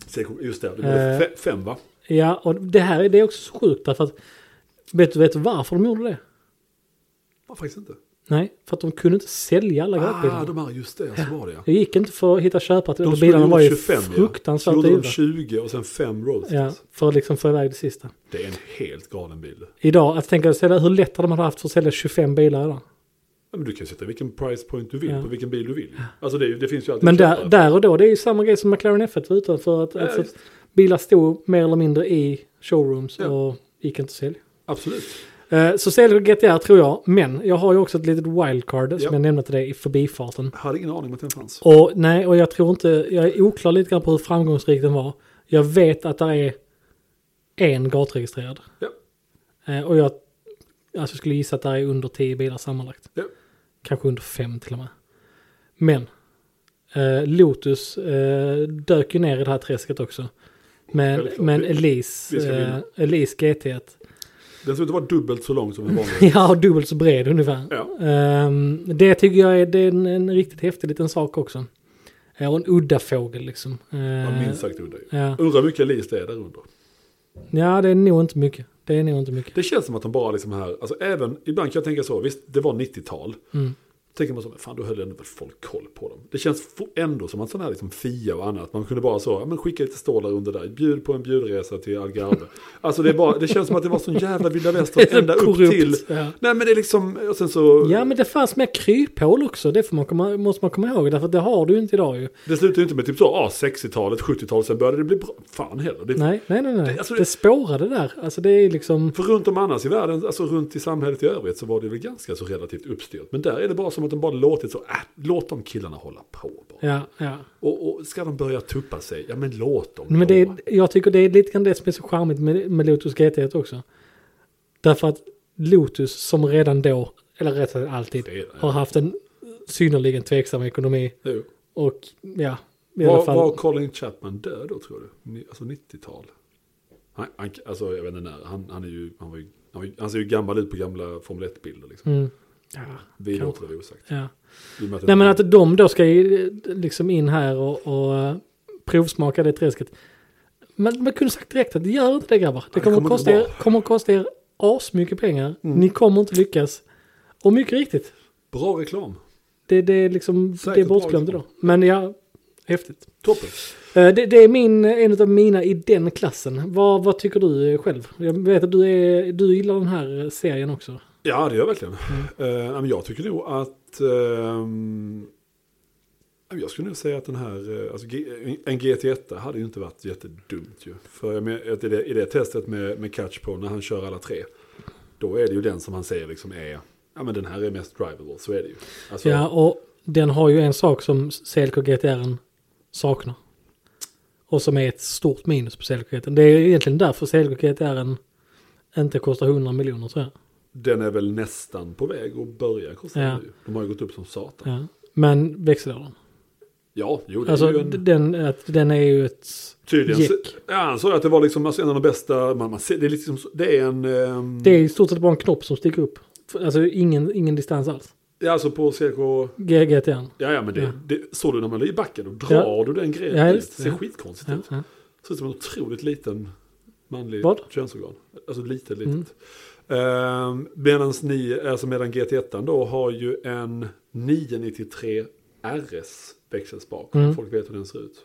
[SPEAKER 2] CDK, just det, det var
[SPEAKER 1] Eh.
[SPEAKER 2] fe- fem va?
[SPEAKER 1] Ja, och det här är- det är också så sjukt därför att vet du vet du varför de gjorde det?
[SPEAKER 2] Var faktiskt inte.
[SPEAKER 1] Nej, för att de kunde inte sälja alla gratbilarna.
[SPEAKER 2] Ah, de här, just det, så var det ja.
[SPEAKER 1] Det gick inte för att hitta köpare till
[SPEAKER 2] De
[SPEAKER 1] de
[SPEAKER 2] skulle
[SPEAKER 1] bilarna
[SPEAKER 2] gjort
[SPEAKER 1] var ju
[SPEAKER 2] 25 ja. Så
[SPEAKER 1] fruktansvärt
[SPEAKER 2] gjorde de
[SPEAKER 1] dyra.
[SPEAKER 2] 20 och sen fem roadsters.
[SPEAKER 1] Ja, för att liksom få iväg det sista.
[SPEAKER 2] Det är en helt galen bil.
[SPEAKER 1] Idag, att tänka sig hur lätt hade man haft för att sälja 25 bilar idag?
[SPEAKER 2] Ja, men du kan ju sätta vilken price point du vill
[SPEAKER 1] Ja.
[SPEAKER 2] på vilken bil du vill. Alltså det, är ju- det finns ju alltid
[SPEAKER 1] Men
[SPEAKER 2] köpare.
[SPEAKER 1] där, där och då, det är ju samma grej som McLaren F1 var ute för. Att,
[SPEAKER 2] Ja,
[SPEAKER 1] alltså,
[SPEAKER 2] visst.
[SPEAKER 1] Bilar stod mer eller mindre i showrooms
[SPEAKER 2] Ja.
[SPEAKER 1] och gick inte att sälja.
[SPEAKER 2] Absolut.
[SPEAKER 1] Eh, Så säljer GTR tror jag, men jag har ju också ett litet wildcard
[SPEAKER 2] Ja.
[SPEAKER 1] som jag nämnde till dig i förbifarten.
[SPEAKER 2] Jag hade ingen aning om att den fanns.
[SPEAKER 1] Och nej, och jag tror inte, jag är oklar lite grann på hur framgångsrik den var. Jag vet att det är en gatregistrerad.
[SPEAKER 2] Ja.
[SPEAKER 1] Eh, Och jag alltså, skulle gissa att det är under 10 bilar sammanlagt.
[SPEAKER 2] Ja.
[SPEAKER 1] Kanske under 5 till och med. Men eh, Lotus eh, dök ju ner i det här träsket också. Men,
[SPEAKER 2] Väldigt klart.
[SPEAKER 1] men
[SPEAKER 2] Vi-
[SPEAKER 1] Elise,
[SPEAKER 2] vi ska
[SPEAKER 1] eh,
[SPEAKER 2] vinna.
[SPEAKER 1] Elise GT1
[SPEAKER 2] Den såg ut att vara dubbelt så lång som en vanlig.
[SPEAKER 1] Ja, och dubbelt så bred ungefär.
[SPEAKER 2] Ja.
[SPEAKER 1] Ehm, det tycker jag är, det är en, en riktigt häftig liten sak också. Eh, och en udda fågel liksom. Eh,
[SPEAKER 2] Ja, minst sagt udda ju.
[SPEAKER 1] ja.
[SPEAKER 2] Undrar hur mycket Elise det är där under.
[SPEAKER 1] ja, det är nog inte mycket. Det är nog inte mycket.
[SPEAKER 2] Det känns som att de bara liksom här, alltså även, ibland kan jag tänka så, visst det var 90-tal.
[SPEAKER 1] Mm.
[SPEAKER 2] Tänker man så, fan då höll ändå väl folk koll på dem. Det känns fo- ändå som att sådana här liksom Fia och annat, man kunde bara så, ja, men skicka lite stålar under där, bjud på en bjudresa till Algarve. alltså det, är bara, det känns som att det var sån jävla vilda västern ända upp
[SPEAKER 1] Korrupt,
[SPEAKER 2] till.
[SPEAKER 1] Ja.
[SPEAKER 2] Nej men det är liksom, och sen så,
[SPEAKER 1] ja, men det fanns mer kryphål också. Det får man komma, måste man komma ihåg. Därför att det har du ju inte idag ju.
[SPEAKER 2] det slutar ju inte med typ så, ah, 60-talet, 70-talet, sen började det bli bra. Fan heller. Det,
[SPEAKER 1] Nej, nej, nej. nej. Det,
[SPEAKER 2] Det- alltså-
[SPEAKER 1] spårade där. Alltså det är liksom...
[SPEAKER 2] För runt om annars i världen, alltså runt i samhället i övrigt så var det väl ganska så relativt uppstyrt. Men där är det bara som att de bara låtit så, äh, låt de killarna hålla på bara.
[SPEAKER 1] Ja, ja.
[SPEAKER 2] Och, och ska de börja tuppa sig, ja men låt dem.
[SPEAKER 1] Men det,
[SPEAKER 2] då.
[SPEAKER 1] är- jag tycker det är lite grann det som är så charmigt med, med Lotus GT också. Därför att Lotus som redan då, eller rätt sagt alltid,
[SPEAKER 2] Det är det.
[SPEAKER 1] har haft en synnerligen tveksam ekonomi.
[SPEAKER 2] Jo.
[SPEAKER 1] Och ja, i alla
[SPEAKER 2] Var,
[SPEAKER 1] fall.
[SPEAKER 2] var Colin Chapman död då tror du? Ni- Alltså 90-tal? Han, han, alltså jag vet inte när, han, han är ju, han var ju, han, var ju, han ser ju gammal ut på gamla Formel 1-bilder liksom.
[SPEAKER 1] Mm. Ja,
[SPEAKER 2] Vi
[SPEAKER 1] kanske.
[SPEAKER 2] låter det vara osagt.
[SPEAKER 1] ja.
[SPEAKER 2] I och med att
[SPEAKER 1] Nej men att de då ska ju eh, liksom in här och, och eh, provsmaka det träsket. Men man kunde sagt direkt att gör inte det grabbar. Det
[SPEAKER 2] det
[SPEAKER 1] kommer,
[SPEAKER 2] kommer
[SPEAKER 1] att kosta
[SPEAKER 2] inte Mm.
[SPEAKER 1] er,
[SPEAKER 2] vara.
[SPEAKER 1] kommer att kosta er asmycket pengar. Ni kommer inte lyckas. Och mycket riktigt.
[SPEAKER 2] Bra reklam,
[SPEAKER 1] Det, det är liksom,
[SPEAKER 2] Säkert
[SPEAKER 1] det är bortglömt
[SPEAKER 2] bra
[SPEAKER 1] idag. Men ja, häftigt.
[SPEAKER 2] toppen.
[SPEAKER 1] Eh, Det, det är min, en av mina i den klassen. Vad, vad tycker du själv? Jag vet att du, är, du gillar den här eh, serien också.
[SPEAKER 2] Ja, det gör jag verkligen.
[SPEAKER 1] Mm.
[SPEAKER 2] Eh, nej, men jag tycker nog att... ehm, jag skulle nog säga att den här... eh, Alltså, G- en GT1 hade ju inte varit jättedumt ju. För jag menar, att i, det, i det testet med, med catch på när han kör alla tre. Då är det ju den som han säger liksom är... Ja, men den här är mest drivable, så är det ju. Alltså,
[SPEAKER 1] Ja, och den har ju en sak som CLK GTR saknar. Och som är ett stort minus på CLK GTR. Det är egentligen därför CLK GTR inte kostar 100 miljoner tror jag.
[SPEAKER 2] Den är väl nästan på väg att börja kosta
[SPEAKER 1] Ja.
[SPEAKER 2] nu. De har ju gått upp som satan. Ja,
[SPEAKER 1] Ja. Men växellådan.
[SPEAKER 2] jo, det
[SPEAKER 1] Alltså
[SPEAKER 2] är ju en... Mm.
[SPEAKER 1] den, att den är ju ett...
[SPEAKER 2] Tydligen. så-
[SPEAKER 1] Jack.
[SPEAKER 2] Ja, han sa att det var liksom alltså, en av de bästa... Man, man ser, det är liksom... så- Det är en... ehm,
[SPEAKER 1] Det är i stort sett bara en knopp som sticker upp. Alltså ingen, ingen distans alls.
[SPEAKER 2] Ja, alltså på CK...
[SPEAKER 1] GGTN.
[SPEAKER 2] Ja, ja men det,
[SPEAKER 1] Ja.
[SPEAKER 2] det såg du när man låg i backen. Då drar
[SPEAKER 1] Ja.
[SPEAKER 2] du den grejen
[SPEAKER 1] Ja,
[SPEAKER 2] ut.
[SPEAKER 1] just det.
[SPEAKER 2] Det ser
[SPEAKER 1] Ja.
[SPEAKER 2] skitkonstigt
[SPEAKER 1] Ja,
[SPEAKER 2] ut.
[SPEAKER 1] ja.
[SPEAKER 2] Ser ut som en otroligt liten manlig
[SPEAKER 1] Vad? Mm.
[SPEAKER 2] könsorgan. Alltså lite, litet. Ehm, medans ni, alltså medan GT1 då har ju en 993 RS växelspak.
[SPEAKER 1] Mm.
[SPEAKER 2] Folk vet hur den ser ut.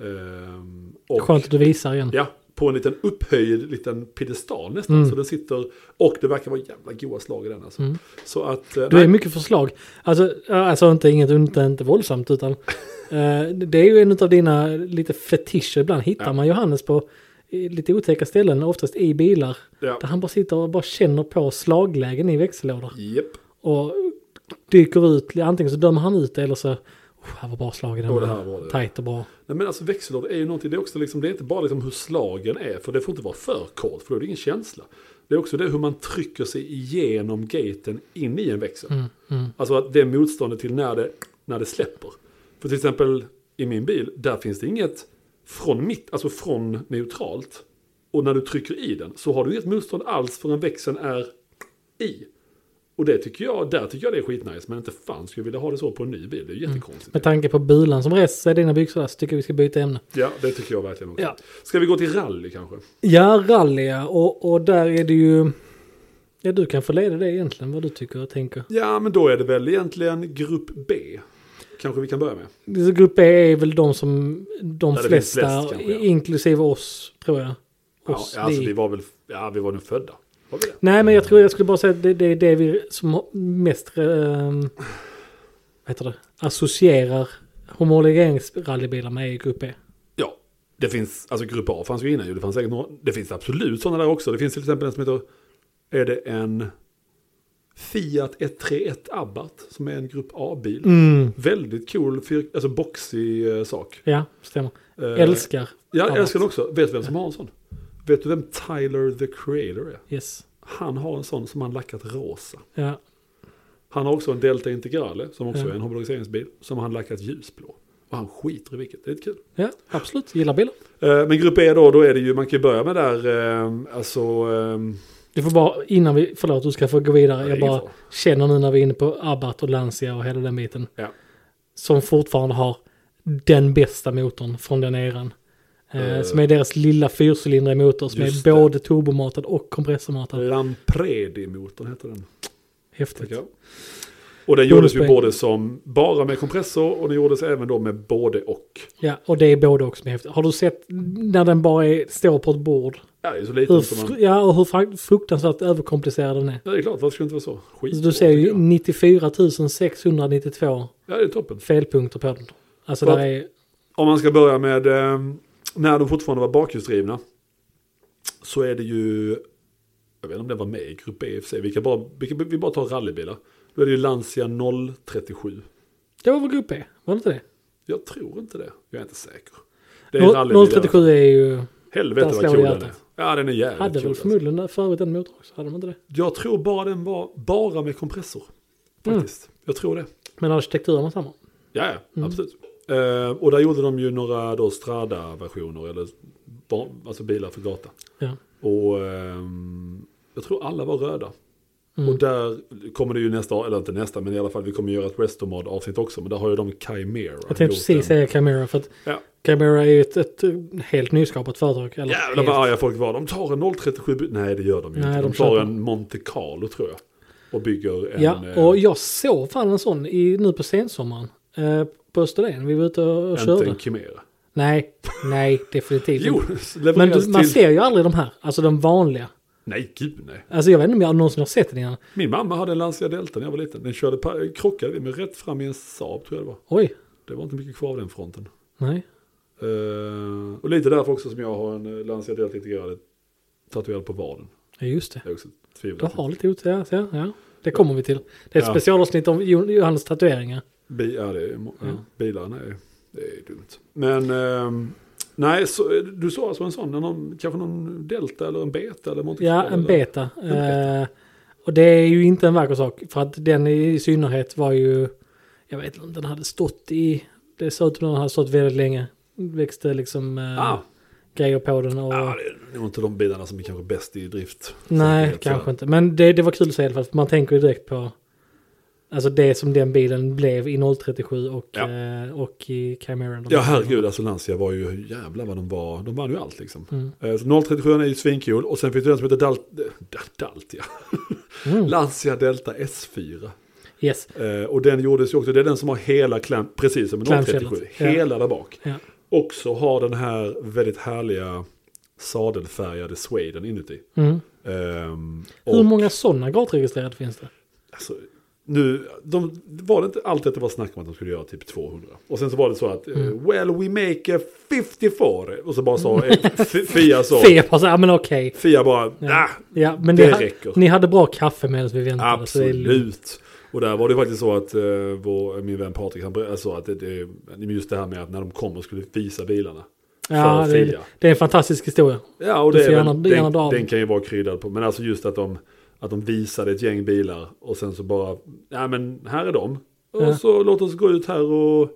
[SPEAKER 2] Ehm, och,
[SPEAKER 1] Skönt att du visar igen.
[SPEAKER 2] Ja, på en liten upphöjd liten piedestal nästan.
[SPEAKER 1] Mm.
[SPEAKER 2] Så den sitter, och det verkar vara jävla goa slag i den alltså.
[SPEAKER 1] Mm.
[SPEAKER 2] Så att, eh,
[SPEAKER 1] Du är
[SPEAKER 2] nej,
[SPEAKER 1] mycket förslag. Alltså, ja, alltså inte, inget, inte, inte våldsamt utan eh, det är ju en av dina lite fetischer. Ibland hittar
[SPEAKER 2] Ja.
[SPEAKER 1] man Johannes på eh, lite otäcka ställen, oftast i bilar.
[SPEAKER 2] ja.
[SPEAKER 1] Där han bara sitter och bara känner på slaglägen i växellådor.
[SPEAKER 2] Japp.
[SPEAKER 1] Och dyker ut, antingen så dömer han ut det eller så, oh, här var bra slag i den.
[SPEAKER 2] Åh, det
[SPEAKER 1] var
[SPEAKER 2] här var det.
[SPEAKER 1] Tajt och bra.
[SPEAKER 2] Nej men alltså växellåda är ju någonting, det är också liksom, det är inte bara liksom hur slagen är, för det får inte vara för kort, för då är det ingen känsla. Det är också det hur man trycker sig igenom gaten in i en växel.
[SPEAKER 1] Mm, mm.
[SPEAKER 2] Alltså att det är motståndet till när det, när det släpper. För till exempel i min bil, där finns det inget från mitt, alltså från neutralt. Och när du trycker i den så har du inget motstånd alls förrän växeln är i. Och det tycker jag, där tycker jag det är skitnice, men inte fan skulle jag vilja ha det så på en ny bil, det är ju
[SPEAKER 1] Mm.
[SPEAKER 2] jättekonstigt.
[SPEAKER 1] Med tanke på bulan som reser sig i dina byxor där, så tycker jag vi ska byta ämne.
[SPEAKER 2] Ja, det tycker jag verkligen också.
[SPEAKER 1] Ja.
[SPEAKER 2] Ska vi gå till rally kanske?
[SPEAKER 1] Ja, rally ja. och, och där är det ju... Ja, du kan få leda det egentligen, vad du tycker och tänker.
[SPEAKER 2] Ja, men då är det väl egentligen grupp B. Kanske vi kan börja med.
[SPEAKER 1] Det är- Grupp B är väl de som... De
[SPEAKER 2] Där det finns
[SPEAKER 1] flesta,
[SPEAKER 2] flest, kanske, ja.
[SPEAKER 1] inklusive oss, tror jag.
[SPEAKER 2] Ja,
[SPEAKER 1] Oss,
[SPEAKER 2] alltså
[SPEAKER 1] vi.
[SPEAKER 2] vi var väl, ja vi var nu födda. Var vi det?
[SPEAKER 1] Nej, men jag tror jag skulle bara säga att det, det är det vi som har mest... Eh, vad heter det? Associerar homologeringsrallybilar med i grupp E. B.
[SPEAKER 2] Ja, Det finns, alltså Grupp A fanns ju innan ju. Det fanns säkert några, det finns absolut sådana där också. Det finns till exempel en som heter, är det en Fiat 131 Abarth som är en Grupp A-bil.
[SPEAKER 1] Mm.
[SPEAKER 2] Väldigt cool, fyr, alltså boxig eh, sak.
[SPEAKER 1] Ja, stämmer.
[SPEAKER 2] Eh,
[SPEAKER 1] Älskar.
[SPEAKER 2] Ja, jag
[SPEAKER 1] Abarth.
[SPEAKER 2] älskar den också. Vet du vem som har en sån? Vet du vem Tyler the Creator är?
[SPEAKER 1] Yes.
[SPEAKER 2] Han har en sån som han lackat rosa.
[SPEAKER 1] Ja.
[SPEAKER 2] Han har också en Delta Integrale som också
[SPEAKER 1] Ja.
[SPEAKER 2] är en homologiseringsbil som han lackat ljusblå. Och han skiter i vilket, det är lite kul.
[SPEAKER 1] ja, absolut. Gillar bilar.
[SPEAKER 2] Eh, Men grupp E då, då är det ju, man kan ju börja med där, eh, alltså... ehm,
[SPEAKER 1] Du får bara, innan vi, förlåt du ska få gå vidare.
[SPEAKER 2] det är
[SPEAKER 1] Jag
[SPEAKER 2] ingen
[SPEAKER 1] bara
[SPEAKER 2] fara.
[SPEAKER 1] känner nu när vi är inne på Abarth och Lancia och hela den biten.
[SPEAKER 2] Ja.
[SPEAKER 1] Som fortfarande har den bästa motorn från den eran. Eh,
[SPEAKER 2] Eh.
[SPEAKER 1] som är deras lilla fyrcylindriga motor som är
[SPEAKER 2] Just det. Eh,
[SPEAKER 1] både turbomatad och kompressormatad.
[SPEAKER 2] Lampredi-motorn heter den.
[SPEAKER 1] Häftigt.
[SPEAKER 2] tycker jag. Och den gjordes ju
[SPEAKER 1] Bonuspoäng.
[SPEAKER 2] både som, bara med kompressor och den gjordes även då med både och.
[SPEAKER 1] Ja, och det är både också med häftigt. Har du sett när den bara är, står på ett bord?
[SPEAKER 2] Ja, det är så
[SPEAKER 1] Hur,
[SPEAKER 2] liten som
[SPEAKER 1] fru-
[SPEAKER 2] man...
[SPEAKER 1] ja, och hur frak- fruktansvärt överkomplicerad den är.
[SPEAKER 2] Ja, det är klart, varför skulle det inte vara så? Skit
[SPEAKER 1] Du ser ju
[SPEAKER 2] tycker jag.
[SPEAKER 1] 94 692
[SPEAKER 2] Ja, det är toppen.
[SPEAKER 1] felpunkter på den. Alltså
[SPEAKER 2] Vad-
[SPEAKER 1] där är...
[SPEAKER 2] Om man ska börja med eh, när de fortfarande var bakhjulsdrivna. Så är det ju, jag vet inte om det var med i grupp E i och för sig. Vi kan bara, vi kan, vi bara tar rallybilar. Då är det ju Lancia 037.
[SPEAKER 1] Det var väl grupp E? Var det inte det?
[SPEAKER 2] Jag tror inte det, jag är inte säker. Det är en
[SPEAKER 1] Noll-
[SPEAKER 2] rallybil.
[SPEAKER 1] 037 är ju...
[SPEAKER 2] Helvete
[SPEAKER 1] Där
[SPEAKER 2] vad
[SPEAKER 1] slår
[SPEAKER 2] cool
[SPEAKER 1] det
[SPEAKER 2] den är.
[SPEAKER 1] hjärtat.
[SPEAKER 2] Ja den är jävligt
[SPEAKER 1] Hade väl
[SPEAKER 2] cool, alltså.
[SPEAKER 1] förmodligen för övrigt en motor också? Hade de inte det?
[SPEAKER 2] Jag tror bara den var bara med kompressor.
[SPEAKER 1] Mm.
[SPEAKER 2] Faktiskt. Jag tror det.
[SPEAKER 1] Men arkitekturen var samma.
[SPEAKER 2] Ja, ja
[SPEAKER 1] Mm.
[SPEAKER 2] absolut. Eh, och där gjorde de ju några då Strada-versioner, eller ba- alltså bilar för gata.
[SPEAKER 1] Ja.
[SPEAKER 2] Och ehm, jag tror alla var röda.
[SPEAKER 1] Mm.
[SPEAKER 2] Och där kommer det ju nästa, eller inte nästa, men i alla fall vi kommer göra ett Restomod avsnitt också. Men där har ju de Chimera.
[SPEAKER 1] Jag tänkte precis säga Camera för att
[SPEAKER 2] Ja.
[SPEAKER 1] Camera är ju ett, ett helt nyskapat företag. Eller
[SPEAKER 2] Jävlar vad
[SPEAKER 1] helt-
[SPEAKER 2] arga folk var. De tar en 037, by- nej det gör de ju
[SPEAKER 1] Nej,
[SPEAKER 2] inte. De
[SPEAKER 1] de
[SPEAKER 2] tar
[SPEAKER 1] köper.
[SPEAKER 2] en Monte Carlo tror jag. Och bygger en...
[SPEAKER 1] Ja,
[SPEAKER 2] eh,
[SPEAKER 1] och jag såg fan en sån i, nu på sensommaren. Eh, på Österlen. Vi var ute och, och
[SPEAKER 2] inte
[SPEAKER 1] körde.
[SPEAKER 2] en Chimera.
[SPEAKER 1] Nej, nej, definitivt
[SPEAKER 2] Jo,
[SPEAKER 1] inte. Liksom. Men
[SPEAKER 2] levereras
[SPEAKER 1] du, man
[SPEAKER 2] till...
[SPEAKER 1] ser ju aldrig de här, alltså de vanliga.
[SPEAKER 2] Nej, gud nej.
[SPEAKER 1] Alltså jag vet inte om jag någonsin har sett den innan.
[SPEAKER 2] Min mamma hade en Lancia Delta när jag var liten. Den körde, pa- krockade vi med rätt fram i en Saab tror jag det var.
[SPEAKER 1] Oj,
[SPEAKER 2] Det var inte mycket kvar av den fronten.
[SPEAKER 1] nej.
[SPEAKER 2] Eh, och lite därför också som jag har en eh, Lancia Delta integrerad tatuerad på vaden.
[SPEAKER 1] Ja, just det.
[SPEAKER 2] Det är också ett tvivel.
[SPEAKER 1] Du har lite ut, ja, ja, ja. Det kommer vi till. Det är ett
[SPEAKER 2] Ja.
[SPEAKER 1] specialavsnitt om Jo- Johannes tatueringar.
[SPEAKER 2] Bi- ja, det är, mo- ja.
[SPEAKER 1] Ja.
[SPEAKER 2] Bilar, nej. Det är dumt. Men ehm, nej, så, eh, du sa alltså en sån, någon, kanske någon Delta eller en Beta eller Monte
[SPEAKER 1] Ja,
[SPEAKER 2] Carlo
[SPEAKER 1] en
[SPEAKER 2] eller-
[SPEAKER 1] beta. Eh, och det är ju inte en vacker sak. För att den i synnerhet var ju... Jag vet inte om den hade stått i... Det såg ut som den hade stått väldigt länge. Växte liksom eh,
[SPEAKER 2] Ah,
[SPEAKER 1] grejer på den. Och,
[SPEAKER 2] ah, det är nog inte de bilarna som är kanske bäst i drift.
[SPEAKER 1] nej, kanske inte. Men det, det var kul att se i alla fall. För man tänker ju direkt på... Alltså det som den bilen blev i 037 och,
[SPEAKER 2] Ja.
[SPEAKER 1] eh, och i Chimera.
[SPEAKER 2] Ja herregud, alltså Lancia var ju, jävlar vad de var, de vann ju allt liksom.
[SPEAKER 1] Mm.
[SPEAKER 2] Eh, Så 037 är ju svincool och sen finns det en som heter Dalt, Daltia,
[SPEAKER 1] Mm.
[SPEAKER 2] Lancia Delta S4.
[SPEAKER 1] Yes.
[SPEAKER 2] Eh, Och den gjordes ju också, det är den som har hela kläm, precis som en
[SPEAKER 1] Klämkällan.
[SPEAKER 2] 037,
[SPEAKER 1] Ja.
[SPEAKER 2] hela där bak.
[SPEAKER 1] Ja.
[SPEAKER 2] Också har den här väldigt härliga sadelfärgade Sweden inuti.
[SPEAKER 1] Mm.
[SPEAKER 2] Ehm,
[SPEAKER 1] Hur
[SPEAKER 2] och-
[SPEAKER 1] många sådana gatregistrerade finns det?
[SPEAKER 2] Alltså, nu, de, var det inte alltid att det var snack om att de skulle göra typ 200? Och sen så var det så att, eh,
[SPEAKER 1] Mm.
[SPEAKER 2] well we make a 54. Och så bara sa eh, F- Fia så.
[SPEAKER 1] Fia bara så, alltså, ja men okej.
[SPEAKER 2] Fia bara, nah,
[SPEAKER 1] Ja, men
[SPEAKER 2] Det
[SPEAKER 1] ni, ha-
[SPEAKER 2] räcker.
[SPEAKER 1] ni hade bra kaffe medan vi väntade. så det är lugnt.
[SPEAKER 2] absolut. Och där var det faktiskt så att eh, vår, min vän Patrik, han ber- sa att det, det, just det här med att när de kommer skulle visa bilarna.
[SPEAKER 1] ja,
[SPEAKER 2] för
[SPEAKER 1] det,
[SPEAKER 2] Fia.
[SPEAKER 1] är, det är en fantastisk historia.
[SPEAKER 2] Ja, och
[SPEAKER 1] Du
[SPEAKER 2] det är
[SPEAKER 1] får
[SPEAKER 2] väl,
[SPEAKER 1] gärna-
[SPEAKER 2] den,
[SPEAKER 1] gärna dra av.
[SPEAKER 2] den kan ju vara kryddad på. Men alltså just att de, att de visade ett gäng bilar och sen så bara, ja men här är de. Och
[SPEAKER 1] Ja.
[SPEAKER 2] så låt oss gå ut här och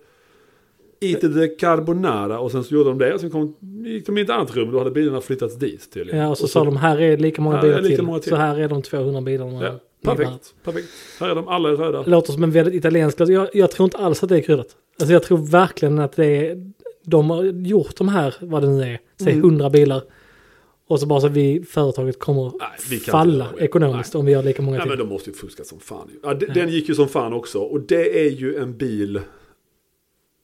[SPEAKER 2] eat the carbonara. Och sen så gjorde de det och sen kom, gick de i ett annat rum. Då hade bilarna flyttats dit tydligen.
[SPEAKER 1] Ja, och så sa de här är lika många
[SPEAKER 2] Här är
[SPEAKER 1] bilar
[SPEAKER 2] lika
[SPEAKER 1] till.
[SPEAKER 2] många till.
[SPEAKER 1] Så här är de 200 bilarna.
[SPEAKER 2] Ja,
[SPEAKER 1] ni behöver.
[SPEAKER 2] perfekt, perfekt. Här är de, alla är röda.
[SPEAKER 1] Det låter som en väldigt italiensk låt. Jag, jag tror inte alls att det är kryddat. Alltså jag tror verkligen att det är, de har gjort de här, vad det nu är, säg
[SPEAKER 2] Mm.
[SPEAKER 1] 100 bilar. Och så bara så att vi, företaget kommer
[SPEAKER 2] Nej, vi kan
[SPEAKER 1] falla
[SPEAKER 2] inte göra det.
[SPEAKER 1] ekonomiskt om vi gör lika många
[SPEAKER 2] Ja,
[SPEAKER 1] till.
[SPEAKER 2] men de måste ju fuska som fan. ju. Ja, de, Den gick ju som fan också. Och det är ju en bil.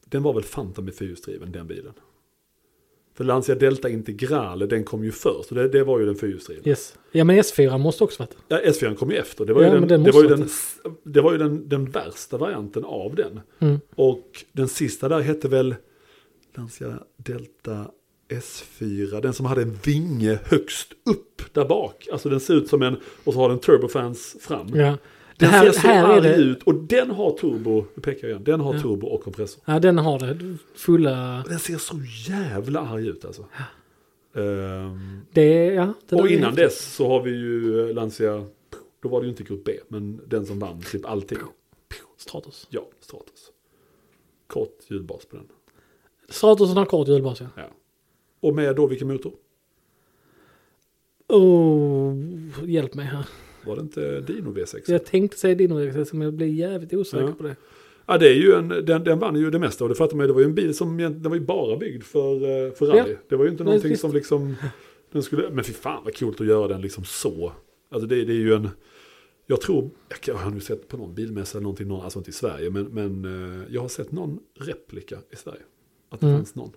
[SPEAKER 2] Den var väl Fanta med fyrhjulsdriven, den bilen. För Lancia Delta Integrale, den kom ju först. Och det, det var ju den fyrhjulsdrivna.
[SPEAKER 1] Yes. Ja men S4 måste också vara
[SPEAKER 2] Ja, S4 kom ju efter. Det var ju,
[SPEAKER 1] Ja,
[SPEAKER 2] den,
[SPEAKER 1] men den
[SPEAKER 2] det var ju,
[SPEAKER 1] måste
[SPEAKER 2] den, det var ju den, den värsta varianten av den.
[SPEAKER 1] Mm.
[SPEAKER 2] Och den sista där hette väl Lancia Delta S4, den som hade en vinge högst upp där bak. Alltså den ser ut som en, och så har den turbofans fram.
[SPEAKER 1] Ja. Det
[SPEAKER 2] Mm. Den
[SPEAKER 1] här,
[SPEAKER 2] ser så
[SPEAKER 1] här är
[SPEAKER 2] arg
[SPEAKER 1] det.
[SPEAKER 2] ut och den har turbo, nu pekar jag igen, den har turbo och kompressor.
[SPEAKER 1] Ja, den har det. Fulla...
[SPEAKER 2] Den ser så jävla arg ut alltså. Ehm,
[SPEAKER 1] Det, ja, det där
[SPEAKER 2] och
[SPEAKER 1] är
[SPEAKER 2] innan
[SPEAKER 1] häftigt.
[SPEAKER 2] dess så har vi ju eh, Lancia, då var det ju inte grupp B, men den som vann typ allting.
[SPEAKER 1] Stratos.
[SPEAKER 2] Ja, Stratos. Kort ljudbas på den.
[SPEAKER 1] Stratosen har kort hjulbas, ja.
[SPEAKER 2] Ja. Och med då vilken motor?
[SPEAKER 1] Oh, hjälp mig här.
[SPEAKER 2] Var det inte Dino V6?
[SPEAKER 1] Jag tänkte säga din åsikt, men jag blir jävligt osäker
[SPEAKER 2] Ja.
[SPEAKER 1] på det.
[SPEAKER 2] Ja, det är ju en, den, den vann ju det mesta och det fattar man ju. Det var ju en bil som egent- den var ju bara byggd för, eh, för rally.
[SPEAKER 1] Ja.
[SPEAKER 2] Det var ju inte någonting
[SPEAKER 1] visst.
[SPEAKER 2] som liksom... Den skulle, men fy fan vad coolt att göra den liksom så. Alltså det, det är ju en... Jag tror, jag kan- jag har nu sett på någon bilmässa eller någonting, någon, alltså inte i Sverige, men, men eh, jag har sett någon replika i Sverige. Att det
[SPEAKER 1] Mm.
[SPEAKER 2] fanns någon.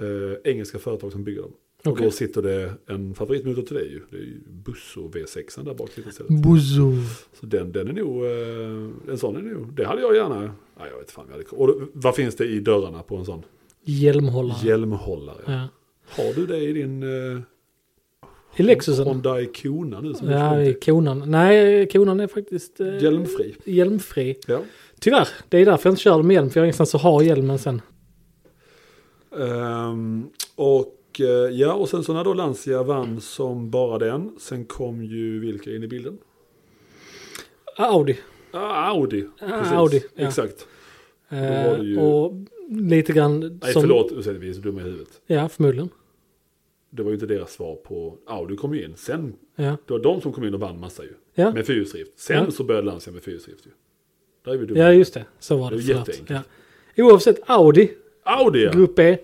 [SPEAKER 2] Eh, engelska företag som bygger dem. Och
[SPEAKER 1] Okej.
[SPEAKER 2] då sitter det en favoritmotor till dig ju. Det är ju Busso V6 där bak sitter istället.
[SPEAKER 1] Buzo.
[SPEAKER 2] Så den, den är nog, eh, en sån är nog, det hade jag gärna. Nej, jag vet fan, jag hade, och då- vad finns det i dörrarna på en sån?
[SPEAKER 1] Hjälmhållare.
[SPEAKER 2] Hjälmhållare.
[SPEAKER 1] ja.
[SPEAKER 2] Har du det i din eh,
[SPEAKER 1] I Lexusen.
[SPEAKER 2] Honda Icona nu? Som
[SPEAKER 1] Ja,
[SPEAKER 2] är
[SPEAKER 1] i konan. Nej, konan är faktiskt eh,
[SPEAKER 2] Hjälmfri.
[SPEAKER 1] hjälmfri.
[SPEAKER 2] Ja.
[SPEAKER 1] Tyvärr, det är därför jag inte kör med hjälm, för jag har ingenstans att ha hjälmen sen.
[SPEAKER 2] Ehm, och eh, ja, och sen så när då Lancia vann som bara den, sen kom ju vilka in i bilden?
[SPEAKER 1] Ah, Audi.
[SPEAKER 2] Ah, Audi.
[SPEAKER 1] Ah, Audi, ja.
[SPEAKER 2] Exakt. var
[SPEAKER 1] Eh,
[SPEAKER 2] det ju-
[SPEAKER 1] Och lite grann
[SPEAKER 2] Nej,
[SPEAKER 1] som...
[SPEAKER 2] förlåt, ursäkta, vi är så dumma i huvudet.
[SPEAKER 1] Ja, förmodligen.
[SPEAKER 2] Det var ju inte deras svar på, Audi kom ju in, sen,
[SPEAKER 1] Ja.
[SPEAKER 2] det var de som kom in och vann massa ju.
[SPEAKER 1] Ja.
[SPEAKER 2] Med fyrhjulsdrift. Sen
[SPEAKER 1] Ja.
[SPEAKER 2] så började Lancia med fyrhjulsdrift ju. Där är vi dumma.
[SPEAKER 1] ja, just det. Så var
[SPEAKER 2] Det
[SPEAKER 1] det.
[SPEAKER 2] är
[SPEAKER 1] förlåt.
[SPEAKER 2] jätteenkelt.
[SPEAKER 1] Ja. Oavsett, Audi,
[SPEAKER 2] Audi ja.
[SPEAKER 1] Grupp E,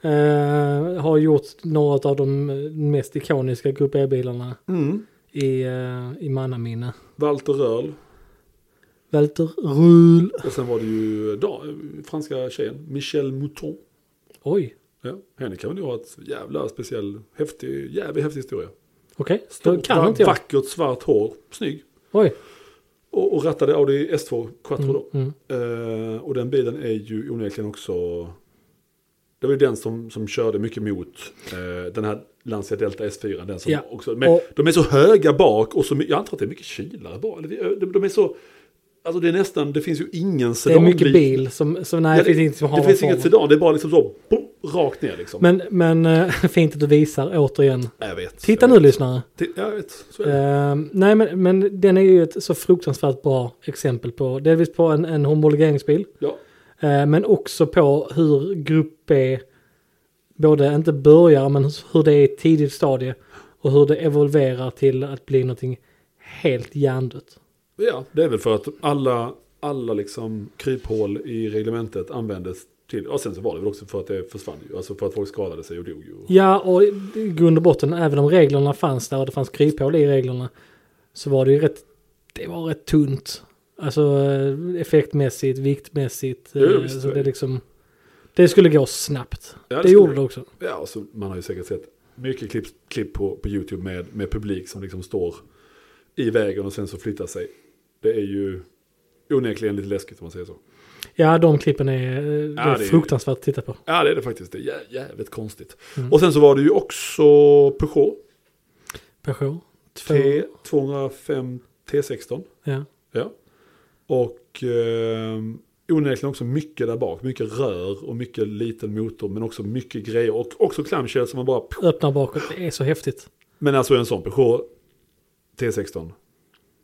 [SPEAKER 1] eh, har gjort några av de eh, mest ikoniska Grupp E-bilarna
[SPEAKER 2] Mm.
[SPEAKER 1] i, eh, i mannaminne.
[SPEAKER 2] Walter Röhl.
[SPEAKER 1] Walter Ruhl.
[SPEAKER 2] Och sen var det ju da, franska tjejen. Michel Mouton.
[SPEAKER 1] Oj,
[SPEAKER 2] Ja. Henne kan väl ju ha ett jävla speciell, häftig, jävligt häftig historia.
[SPEAKER 1] okej. Då
[SPEAKER 2] Stort,
[SPEAKER 1] kan
[SPEAKER 2] va-
[SPEAKER 1] inte jag.
[SPEAKER 2] vackert svart hår. Snygg.
[SPEAKER 1] Oj.
[SPEAKER 2] Och, och rattade Audi S2 Quattro
[SPEAKER 1] Mm,
[SPEAKER 2] då.
[SPEAKER 1] mm.
[SPEAKER 2] Eh, och den bilen är ju onekligen också... Det var ju den som, som körde mycket mot eh, den här Lancia Delta S4. Den som
[SPEAKER 1] Ja,
[SPEAKER 2] också, men
[SPEAKER 1] och-
[SPEAKER 2] De är så höga bak och så, my- jag antar att det är mycket kylare bak. Eller det- De, de är så... Alltså det är nästan, det finns ju ingen
[SPEAKER 1] Det är
[SPEAKER 2] sedan.
[SPEAKER 1] mycket bil som, som nej, det, finns inget som har
[SPEAKER 2] Det
[SPEAKER 1] någon
[SPEAKER 2] finns
[SPEAKER 1] form
[SPEAKER 2] inget
[SPEAKER 1] av-
[SPEAKER 2] sedan, det är bara liksom så, boom, rakt ner liksom.
[SPEAKER 1] Men, men eh, fint att du visar återigen.
[SPEAKER 2] jag vet.
[SPEAKER 1] Titta
[SPEAKER 2] jag
[SPEAKER 1] nu
[SPEAKER 2] vet.
[SPEAKER 1] lyssnare.
[SPEAKER 2] Ti- Jag vet. Så är det.
[SPEAKER 1] Eh, nej men, men den är ju ett så fruktansvärt bra exempel på delvis på en, en homologeringsbil.
[SPEAKER 2] Ja.
[SPEAKER 1] Eh, men också på hur grupp B både inte börjar men hur det är i ett tidigt stadie och hur det evolverar till att bli någonting helt hjärndött.
[SPEAKER 2] ja, det är väl för att alla, alla liksom kryphål i reglementet användes till, och sen så var det väl också för att det försvann ju, alltså för att folk skadade sig och dog ju.
[SPEAKER 1] Ja och i grund och botten även om reglerna fanns där och det fanns kryphål i reglerna så var det ju rätt, det var rätt tunt. Alltså eh, effektmässigt, viktmässigt.
[SPEAKER 2] Jo,
[SPEAKER 1] eh, så
[SPEAKER 2] visst, det är
[SPEAKER 1] det,
[SPEAKER 2] det.
[SPEAKER 1] liksom, det skulle gå snabbt.
[SPEAKER 2] Ja,
[SPEAKER 1] det
[SPEAKER 2] det
[SPEAKER 1] gjorde
[SPEAKER 2] skulle-
[SPEAKER 1] det också.
[SPEAKER 2] Ja, och så man har ju säkert sett mycket klipp, klipp på, på YouTube med, med publik som liksom står i vägen och sen så flyttar sig. Det är ju onekligen lite läskigt om man säger så.
[SPEAKER 1] Ja, de klippen är, eh, det är
[SPEAKER 2] det är-
[SPEAKER 1] fruktansvärt att titta på.
[SPEAKER 2] Ja, det är det faktiskt. Det är jä- jävligt konstigt.
[SPEAKER 1] Mm.
[SPEAKER 2] Och sen så var det ju också Peugeot
[SPEAKER 1] Peugeot. Två.
[SPEAKER 2] T205 T16.
[SPEAKER 1] Ja.
[SPEAKER 2] Ja. Och eh, onekligen också mycket där bak. Mycket rör och mycket liten motor. Men också mycket grejer. Och också clamshell som man bara...
[SPEAKER 1] Öppnar bakåt, det är så häftigt.
[SPEAKER 2] Men alltså en sån Peugeot T16.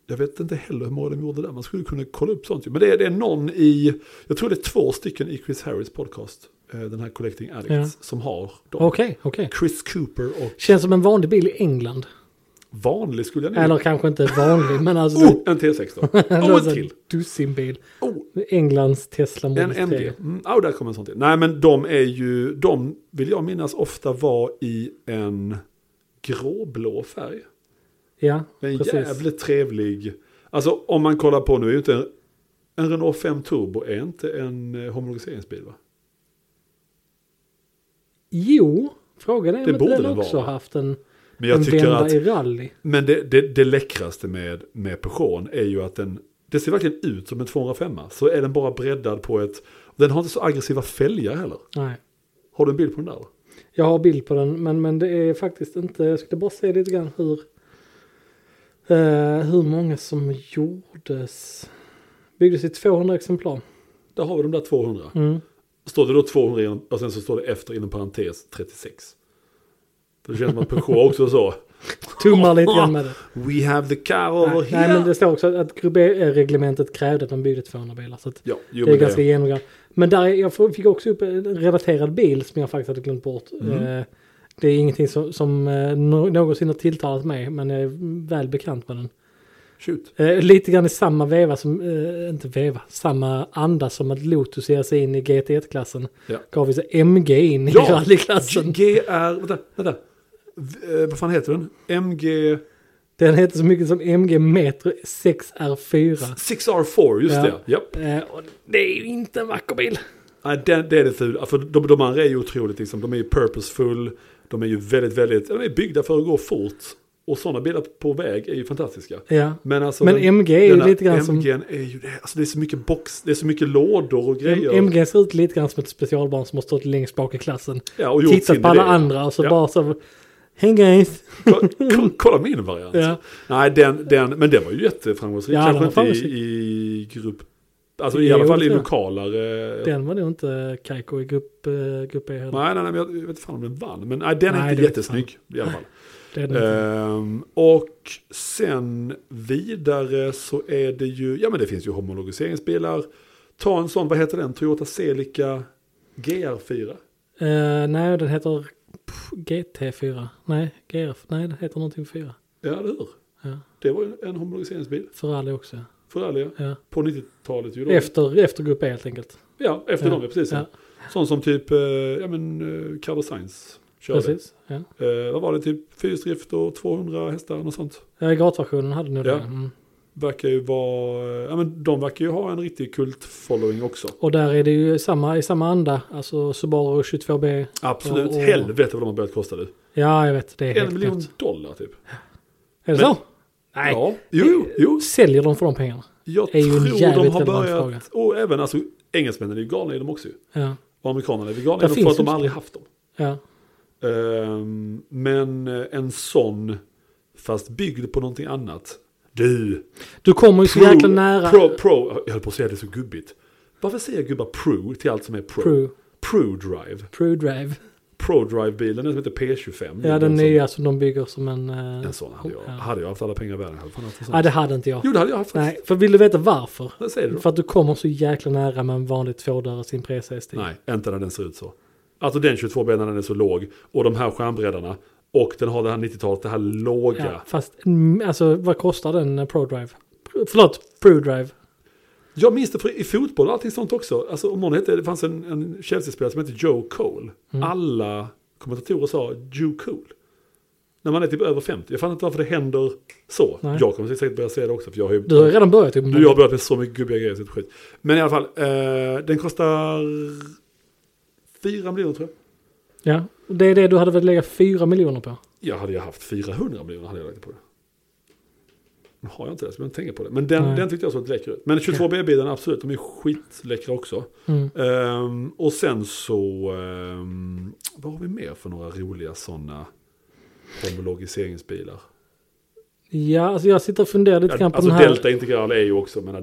[SPEAKER 2] Jag vet inte heller hur många de gjorde där. Man skulle kunna kolla upp sånt. ju. Men det är, det är någon i... Jag tror det är två stycken i Chris Harris podcast. eh, Den här Collecting Addicts.
[SPEAKER 1] Ja.
[SPEAKER 2] Som har dem.
[SPEAKER 1] Okej, okej.
[SPEAKER 2] Chris Cooper och
[SPEAKER 1] Känns som en vanlig bil i England.
[SPEAKER 2] vanlig skulle jag
[SPEAKER 1] Eller
[SPEAKER 2] nämna.
[SPEAKER 1] kanske inte vanlig, men alltså...
[SPEAKER 2] Oh, en T16.
[SPEAKER 1] en
[SPEAKER 2] Oh,
[SPEAKER 1] sån
[SPEAKER 2] en till.
[SPEAKER 1] Dussinbil.
[SPEAKER 2] Oh,
[SPEAKER 1] Englands Tesla
[SPEAKER 2] En
[SPEAKER 1] Model 3.
[SPEAKER 2] MG. Mm, oh, där kommer en sån till. Nej, men de är ju, de vill jag minnas ofta var i en gråblå färg.
[SPEAKER 1] Ja,
[SPEAKER 2] En
[SPEAKER 1] precis.
[SPEAKER 2] jävligt trevlig. Alltså om man kollar på nu, är ju inte en, en Renault 5 Turbo är inte en eh, homologiseringsbil va?
[SPEAKER 1] Jo, frågan är om
[SPEAKER 2] Det
[SPEAKER 1] inte
[SPEAKER 2] borde
[SPEAKER 1] den
[SPEAKER 2] den
[SPEAKER 1] också
[SPEAKER 2] vara.
[SPEAKER 1] haft en,
[SPEAKER 2] Men jag
[SPEAKER 1] en
[SPEAKER 2] tycker
[SPEAKER 1] vända
[SPEAKER 2] att,
[SPEAKER 1] i rally.
[SPEAKER 2] men det, det, det läckraste med, med Peugeot är ju att den, det ser verkligen ut som en 205 Så är den bara breddad på ett, den har inte så aggressiva fälgar heller.
[SPEAKER 1] Nej.
[SPEAKER 2] Har du en bild på den där? va?
[SPEAKER 1] Jag har bild på den, men, men det är faktiskt inte, jag skulle bara säga lite grann hur, eh, hur många som gjordes. Byggdes i 200 exemplar.
[SPEAKER 2] Där har vi de där 200.
[SPEAKER 1] Mm.
[SPEAKER 2] Står det då 200 inom- och sen så står det efter inom parentes 36. För det känns som att Peugeot också så.
[SPEAKER 1] Tummar lite grann med det.
[SPEAKER 2] We have the car over
[SPEAKER 1] Nej,
[SPEAKER 2] here.
[SPEAKER 1] men det står också att Grubé-reglementet krävde att man byggde 200 bilar. Så att
[SPEAKER 2] Ja, jo,
[SPEAKER 1] det är
[SPEAKER 2] men
[SPEAKER 1] ganska
[SPEAKER 2] det.
[SPEAKER 1] genomgående. Men där, är- jag fick också upp en relaterad bil som jag faktiskt hade glömt bort.
[SPEAKER 2] Mm.
[SPEAKER 1] Eh, Det är ingenting som, som eh, nå- någonsin har tilltalat mig, men jag är väl bekant med den.
[SPEAKER 2] Shoot.
[SPEAKER 1] Eh, Lite grann i samma veva som, eh, inte veva, samma anda som att Lotus ger sig in i GT1-klassen.
[SPEAKER 2] Ja.
[SPEAKER 1] Gav vi sig MG in i
[SPEAKER 2] Ja,
[SPEAKER 1] rallyklassen.
[SPEAKER 2] GR, vänta, vänta. V, eh, vad fan heter den? MG
[SPEAKER 1] Den heter så mycket som MG Metro 6R4.
[SPEAKER 2] 6R4, just
[SPEAKER 1] Ja.
[SPEAKER 2] det. Japp.
[SPEAKER 1] Eh, Och det är ju inte en vacker bil.
[SPEAKER 2] Nej, det, det är det fula. För de, de andra är ju otroligt liksom. De är ju purposeful. De är ju väldigt, väldigt, de är byggda för att gå fort. Och sådana bilar på väg är ju fantastiska.
[SPEAKER 1] Ja.
[SPEAKER 2] Men, alltså,
[SPEAKER 1] Men
[SPEAKER 2] den-
[SPEAKER 1] MG är ju
[SPEAKER 2] den här
[SPEAKER 1] lite grann som-
[SPEAKER 2] MG'n är ju det. Alltså det är så mycket box, det är så mycket lådor och grejer.
[SPEAKER 1] MG ser ut lite grann som ett specialbarn som har stått längst bak i klassen.
[SPEAKER 2] ja, och gjort
[SPEAKER 1] Tittat
[SPEAKER 2] sin
[SPEAKER 1] på alla
[SPEAKER 2] idé.
[SPEAKER 1] andra och så
[SPEAKER 2] Ja.
[SPEAKER 1] bara så... Hey guys!
[SPEAKER 2] Ko- ko- Kolla min variant.
[SPEAKER 1] Ja.
[SPEAKER 2] Nej, den, den, men den var ju jätteframgångsrik.
[SPEAKER 1] Ja, den
[SPEAKER 2] Kanske
[SPEAKER 1] var
[SPEAKER 2] inte
[SPEAKER 1] framgångsrik.
[SPEAKER 2] I, i grupp... Alltså
[SPEAKER 1] Jo,
[SPEAKER 2] i alla fall i
[SPEAKER 1] det.
[SPEAKER 2] lokalare...
[SPEAKER 1] Den var nog inte Kaiko i grupp, eh, grupp E heller.
[SPEAKER 2] Nej, nej, nej, men jag vet inte fan om den vann. Men nej, den
[SPEAKER 1] Nej,
[SPEAKER 2] är inte
[SPEAKER 1] det vet
[SPEAKER 2] jättesnygg i alla fall.
[SPEAKER 1] Det är den inte.
[SPEAKER 2] Ehm, och sen vidare så är det ju, ja men det finns ju homologiseringsbilar. Ta en sån, vad heter den? Toyota Celica GR4.
[SPEAKER 1] Eh, nej, den heter pff, GT4. Nej, GR. Nej, den heter någonting 4.
[SPEAKER 2] Ja, eller hur?
[SPEAKER 1] Ja.
[SPEAKER 2] Det var ju en homologiseringsbil
[SPEAKER 1] Ferrari också.
[SPEAKER 2] för ärliga.
[SPEAKER 1] Ja.
[SPEAKER 2] På 90-talet ju då.
[SPEAKER 1] Efter, efter grupp E helt enkelt.
[SPEAKER 2] ja, efter
[SPEAKER 1] Ja.
[SPEAKER 2] dem, ja, precis.
[SPEAKER 1] Ja.
[SPEAKER 2] Sån som typ, eh, ja men eh, Carlos Sainz körde.
[SPEAKER 1] Precis. Ja.
[SPEAKER 2] Eh, vad var det, typ fyrhjulsdrift och 200 hästar, något sånt.
[SPEAKER 1] Ja, Gatversionen hade nog
[SPEAKER 2] Ja.
[SPEAKER 1] den. Mm.
[SPEAKER 2] Verkar ju vara, eh, ja men de verkar ju ha en riktig kult-following också.
[SPEAKER 1] Och där är det ju samma, i samma anda. Alltså Subaru 22B.
[SPEAKER 2] Absolut,
[SPEAKER 1] Och- och-
[SPEAKER 2] helvete vad de har börjat kosta nu.
[SPEAKER 1] Ja, jag vet. Det är helt
[SPEAKER 2] En miljon
[SPEAKER 1] knäppt.
[SPEAKER 2] dollar
[SPEAKER 1] Är
[SPEAKER 2] typ.
[SPEAKER 1] det
[SPEAKER 2] Men-
[SPEAKER 1] så? Nej.
[SPEAKER 2] Ja, jo, jo, jo.
[SPEAKER 1] Säljer de för de pengarna?
[SPEAKER 2] Jag
[SPEAKER 1] Är ju en
[SPEAKER 2] tror de
[SPEAKER 1] jävligt
[SPEAKER 2] har
[SPEAKER 1] relevant
[SPEAKER 2] börjat, och även alltså engelsmännen är ju galna i dem också ju.
[SPEAKER 1] Ja.
[SPEAKER 2] Och amerikanerna är ju galna
[SPEAKER 1] Där
[SPEAKER 2] i dem
[SPEAKER 1] finns
[SPEAKER 2] för att de
[SPEAKER 1] ju-
[SPEAKER 2] aldrig haft dem.
[SPEAKER 1] Ja.
[SPEAKER 2] Ehm, men en sån, fast byggd på någonting annat. Du,
[SPEAKER 1] Du kommer ju så
[SPEAKER 2] pro,
[SPEAKER 1] jäkla nära.
[SPEAKER 2] pro, pro, jag höll på att säga det så gubbigt. Varför säger gubbar pro till allt som är pro?
[SPEAKER 1] Pro.
[SPEAKER 2] Pro-drive.
[SPEAKER 1] Pro Drive.
[SPEAKER 2] Pro-drive-bilen, den som heter P25.
[SPEAKER 1] Ja, den
[SPEAKER 2] En sån-
[SPEAKER 1] nya som de bygger som en... eh,
[SPEAKER 2] En sån hade jag.
[SPEAKER 1] Ja.
[SPEAKER 2] Hade jag haft alla pengar i världen hade jag fan haft en sån.
[SPEAKER 1] Nej, det hade inte jag.
[SPEAKER 2] Jo, det hade jag haft.
[SPEAKER 1] Nej, för vill du veta varför?
[SPEAKER 2] Vad säger du då?
[SPEAKER 1] För att du kommer så jäkla nära med en vanlig tvådörrars Impresa ST.
[SPEAKER 2] Nej, inte när den ser ut så. Alltså den 22-benan den är så låg och de här skärmbreddarna och den har det här 90-talet, det här låga.
[SPEAKER 1] Ja, fast mm, alltså vad kostar den eh, ProDrive? Pro- Förlåt, ProDrive.
[SPEAKER 2] Jag minns det för i fotboll och allting sånt också. Alltså om någon hette, det fanns en, en Chelsea-spelare som hette Joe Cole.
[SPEAKER 1] Mm.
[SPEAKER 2] Alla kommentatorer sa Joe Cole. När man är typ över 50. Jag fattar inte varför det händer så.
[SPEAKER 1] Nej.
[SPEAKER 2] Jag kommer säkert börja säga det också för jag har ju...
[SPEAKER 1] Du har ju redan börjat typ.
[SPEAKER 2] Du, jag har börjat med så mycket gubbiga grejer så det är skit. Men i alla fall, eh, den kostar 4 miljoner tror jag.
[SPEAKER 1] Ja, och det är det du hade velat lägga 4 miljoner på.
[SPEAKER 2] Ja, hade jag haft 400 miljoner hade jag lagt på det. Nu har jag inte det, så jag behöver inte tänka på det. Men den,
[SPEAKER 1] Nej.
[SPEAKER 2] den tyckte jag såg läcker ut. Men 22B-bilen, absolut, de är skitläckra också.
[SPEAKER 1] Mm.
[SPEAKER 2] Ehm, och sen så, ehm, vad har vi mer för några roliga sådana homologiseringsbilar?
[SPEAKER 1] Ja, alltså jag sitter och funderar lite
[SPEAKER 2] Ja,
[SPEAKER 1] grann på
[SPEAKER 2] alltså
[SPEAKER 1] den här.
[SPEAKER 2] Delta Integral är ju också, men den,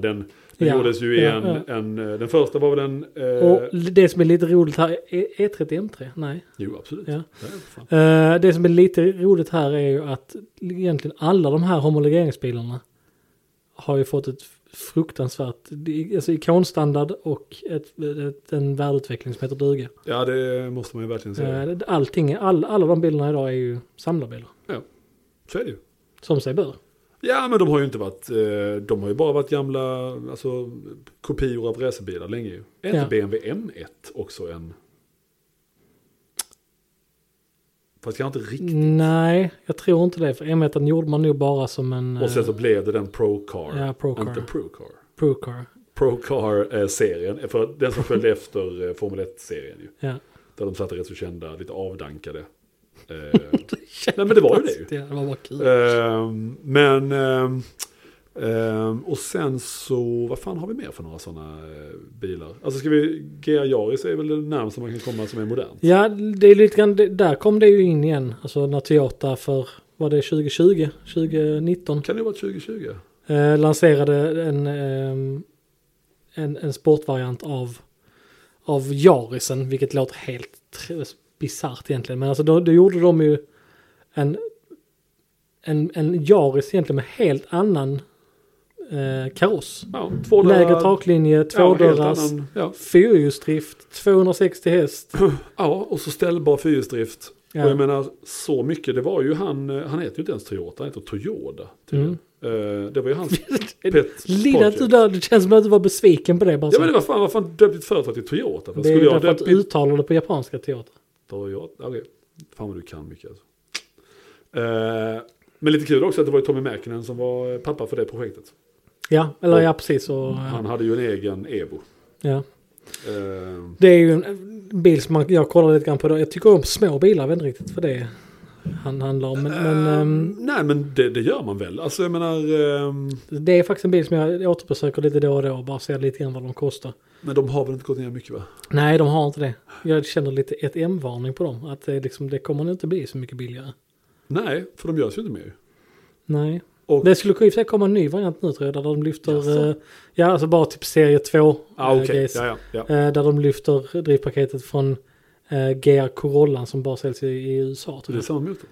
[SPEAKER 2] den
[SPEAKER 1] Ja,
[SPEAKER 2] gjordes ju i
[SPEAKER 1] ja,
[SPEAKER 2] en,
[SPEAKER 1] ja.
[SPEAKER 2] en, eh, den första var väl en... eh,
[SPEAKER 1] Och det som är lite roligt här, E- är E30 M3? Nej.
[SPEAKER 2] Jo, absolut.
[SPEAKER 1] Ja.
[SPEAKER 2] Det är fan.
[SPEAKER 1] Eh, det som är lite roligt här är ju att egentligen alla de här homologeringsbilarna har ju fått ett fruktansvärt, alltså ikonstandard och ett, ett, en värdeutveckling som heter duga.
[SPEAKER 2] ja, det måste man ju verkligen säga.
[SPEAKER 1] Eh, Allting, all, alla de bilderna idag är ju samlarbilar.
[SPEAKER 2] Så är det ju.
[SPEAKER 1] Som sig bör.
[SPEAKER 2] Ja, men de har ju inte varit, eh, de har ju bara varit gamla alltså, kopior av racerbilar länge ju. Är inte
[SPEAKER 1] Ja.
[SPEAKER 2] BMW M1 också en... Fast jag har inte riktigt...
[SPEAKER 1] Nej, jag tror inte det. För M1 gjorde man nog bara som en eh,
[SPEAKER 2] Och sen så blev det den Procar.
[SPEAKER 1] Ja, Procar.
[SPEAKER 2] Inte Procar.
[SPEAKER 1] Procar.
[SPEAKER 2] Procar-serien, för den som följde efter eh, Formel 1-serien ju.
[SPEAKER 1] Ja.
[SPEAKER 2] Där de satte rätt så kända, lite avdankade. Eh, nej men det Eh. var ju det ju.
[SPEAKER 1] Ja, det var bara kul.
[SPEAKER 2] Ehm, men ehm, Ehm, och sen så, vad fan har vi mer för några sådana eh, bilar? Alltså ska vi, GR Yaris är väl det närmaste man kan komma som är modern.
[SPEAKER 1] Ja, det är lite grann, det- där kom det ju in igen. Alltså när Toyota för, var det 2020? 2019?
[SPEAKER 2] Kan det vara 2020?
[SPEAKER 1] Eh, lanserade en, ehm, en, en sportvariant av, av Yarisen, vilket låter helt tr- bisarrt egentligen. Men alltså då, då gjorde de ju en, en, en Yaris egentligen med helt annan eh, kaross.
[SPEAKER 2] Ja, två
[SPEAKER 1] Lägre taklinje, tvådörrars,
[SPEAKER 2] Ja, helt annan- ja.
[SPEAKER 1] fyrhjulsdrift, 260 häst.
[SPEAKER 2] ja, och så ställbar fyrhjulsdrift.
[SPEAKER 1] Ja.
[SPEAKER 2] Och jag menar, så mycket, det var ju han, eh, han heter ju inte ens Toyota, han heter Toyoda. tydligen. Eh, det var ju hans pet
[SPEAKER 1] Mm. Lilla att du
[SPEAKER 2] project.
[SPEAKER 1] där, det känns som att du var besviken på det bara.
[SPEAKER 2] Ja
[SPEAKER 1] så.
[SPEAKER 2] men det var fan, vad fan döpt ditt företag till Toyota? För
[SPEAKER 1] det är
[SPEAKER 2] skulle
[SPEAKER 1] ju
[SPEAKER 2] jag
[SPEAKER 1] därför att
[SPEAKER 2] döpt
[SPEAKER 1] du
[SPEAKER 2] mitt
[SPEAKER 1] uttalar det på japanska teater.
[SPEAKER 2] Toyota? Okej, fan vad du kan mycket alltså. Eh, men lite kul också att det var ju Tommy Mäkinen som var eh, pappa för det projektet.
[SPEAKER 1] Ja, eller
[SPEAKER 2] Och-
[SPEAKER 1] ja precis. Och, ja.
[SPEAKER 2] Han hade ju en egen Evo.
[SPEAKER 1] Ja.
[SPEAKER 2] Eh,
[SPEAKER 1] Det är ju en bil som man, jag kollar lite grann på. idag. Jag tycker om små bilar, jag vet inte riktigt vad det han handlar om. Men, men ehm,
[SPEAKER 2] eh, nej men det, det gör man väl. Alltså jag menar, ehm,
[SPEAKER 1] det är faktiskt en bil som jag återbesöker lite då och då och bara ser lite grann vad de kostar.
[SPEAKER 2] men de har väl inte gått ner mycket va?
[SPEAKER 1] Nej, de har inte det. Jag känner lite ett M-varning på dem. Att det, är liksom, det kommer nog inte bli så mycket billigare.
[SPEAKER 2] Nej, för de görs ju inte mer.
[SPEAKER 1] Nej.
[SPEAKER 2] Och-
[SPEAKER 1] det skulle i och för sig komma en ny variant nu tror jag. Där de lyfter...
[SPEAKER 2] Jaså?
[SPEAKER 1] eh, ja, alltså bara typ serie 2.
[SPEAKER 2] Ah,
[SPEAKER 1] eh,
[SPEAKER 2] okej.
[SPEAKER 1] grejs.
[SPEAKER 2] Ja, ja, ja.
[SPEAKER 1] Eh, där de lyfter drivpaketet från eh, GR Corollan som bara säljs i, i USA.
[SPEAKER 2] Så
[SPEAKER 1] Tror
[SPEAKER 2] det är
[SPEAKER 1] jag.
[SPEAKER 2] samma motor?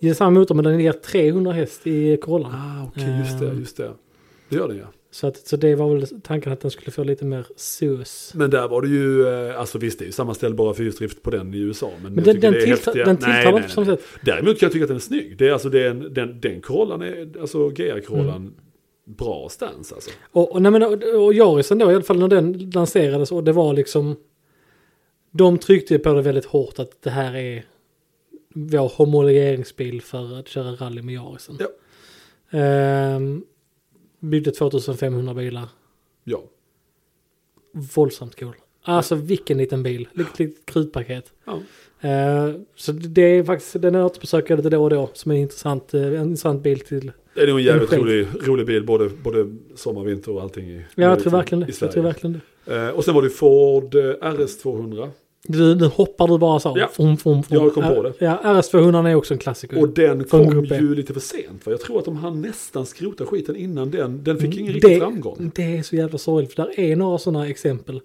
[SPEAKER 1] Det är samma motor men den ger 300 häst i Corollan.
[SPEAKER 2] Ah, okej, just det,
[SPEAKER 1] Ehm.
[SPEAKER 2] just det. Det gör den ja.
[SPEAKER 1] Så, att, så det var väl tanken att den skulle få lite mer sus.
[SPEAKER 2] Men där var det ju, eh, alltså visst det är ju samma ställbara fyrhjulsdrift på den i USA. Men,
[SPEAKER 1] Men
[SPEAKER 2] jag
[SPEAKER 1] den,
[SPEAKER 2] tycker
[SPEAKER 1] den,
[SPEAKER 2] det är
[SPEAKER 1] tillta,
[SPEAKER 2] häftiga-
[SPEAKER 1] den tilltalar
[SPEAKER 2] Nej, nej,
[SPEAKER 1] inte
[SPEAKER 2] nej.
[SPEAKER 1] på samma sätt.
[SPEAKER 2] Däremot kan jag tycka att den är snygg. Det är alltså det är en, den, den Corollan är, alltså GR-Corollan,
[SPEAKER 1] Mm.
[SPEAKER 2] bra stans alltså.
[SPEAKER 1] Och, och, nej, men, och, och Yarisen då i alla fall när den lanserades och det var liksom. De tryckte ju på det väldigt hårt att det här är vår homologeringsbil för att köra rally med Yarisen.
[SPEAKER 2] Ja.
[SPEAKER 1] Ehm, byggde 2500 bilar.
[SPEAKER 2] Ja.
[SPEAKER 1] Våldsamt cool. Alltså vilken liten bil. Litet litet krutpaket.
[SPEAKER 2] ja.
[SPEAKER 1] Eh, så det är faktiskt, den återbesöker jag lite då och då. Som är en intressant, eh, en intressant bil till.
[SPEAKER 2] Det är nog en jävligt
[SPEAKER 1] En
[SPEAKER 2] rolig, rolig bil, både, både sommar, vinter och allting i
[SPEAKER 1] Ja, jag tror
[SPEAKER 2] i-
[SPEAKER 1] verkligen
[SPEAKER 2] i
[SPEAKER 1] det. Jag
[SPEAKER 2] Sverige.
[SPEAKER 1] tror verkligen det.
[SPEAKER 2] Eh, och sen var det Ford eh, RS200.
[SPEAKER 1] Du, nu hoppar du bara så.
[SPEAKER 2] Ja.
[SPEAKER 1] Fum, fum, fum.
[SPEAKER 2] Jag kom på det.
[SPEAKER 1] Ja, RS200 är också en klassiker.
[SPEAKER 2] Och den
[SPEAKER 1] Från
[SPEAKER 2] kom
[SPEAKER 1] grupp E.
[SPEAKER 2] ju lite för sent. Va? Jag tror att de hann nästan skrota skiten innan den. Den fick ingen riktig
[SPEAKER 1] Mm. det,
[SPEAKER 2] framgång.
[SPEAKER 1] det är så jävla sorgligt. För där är några sådana exempel.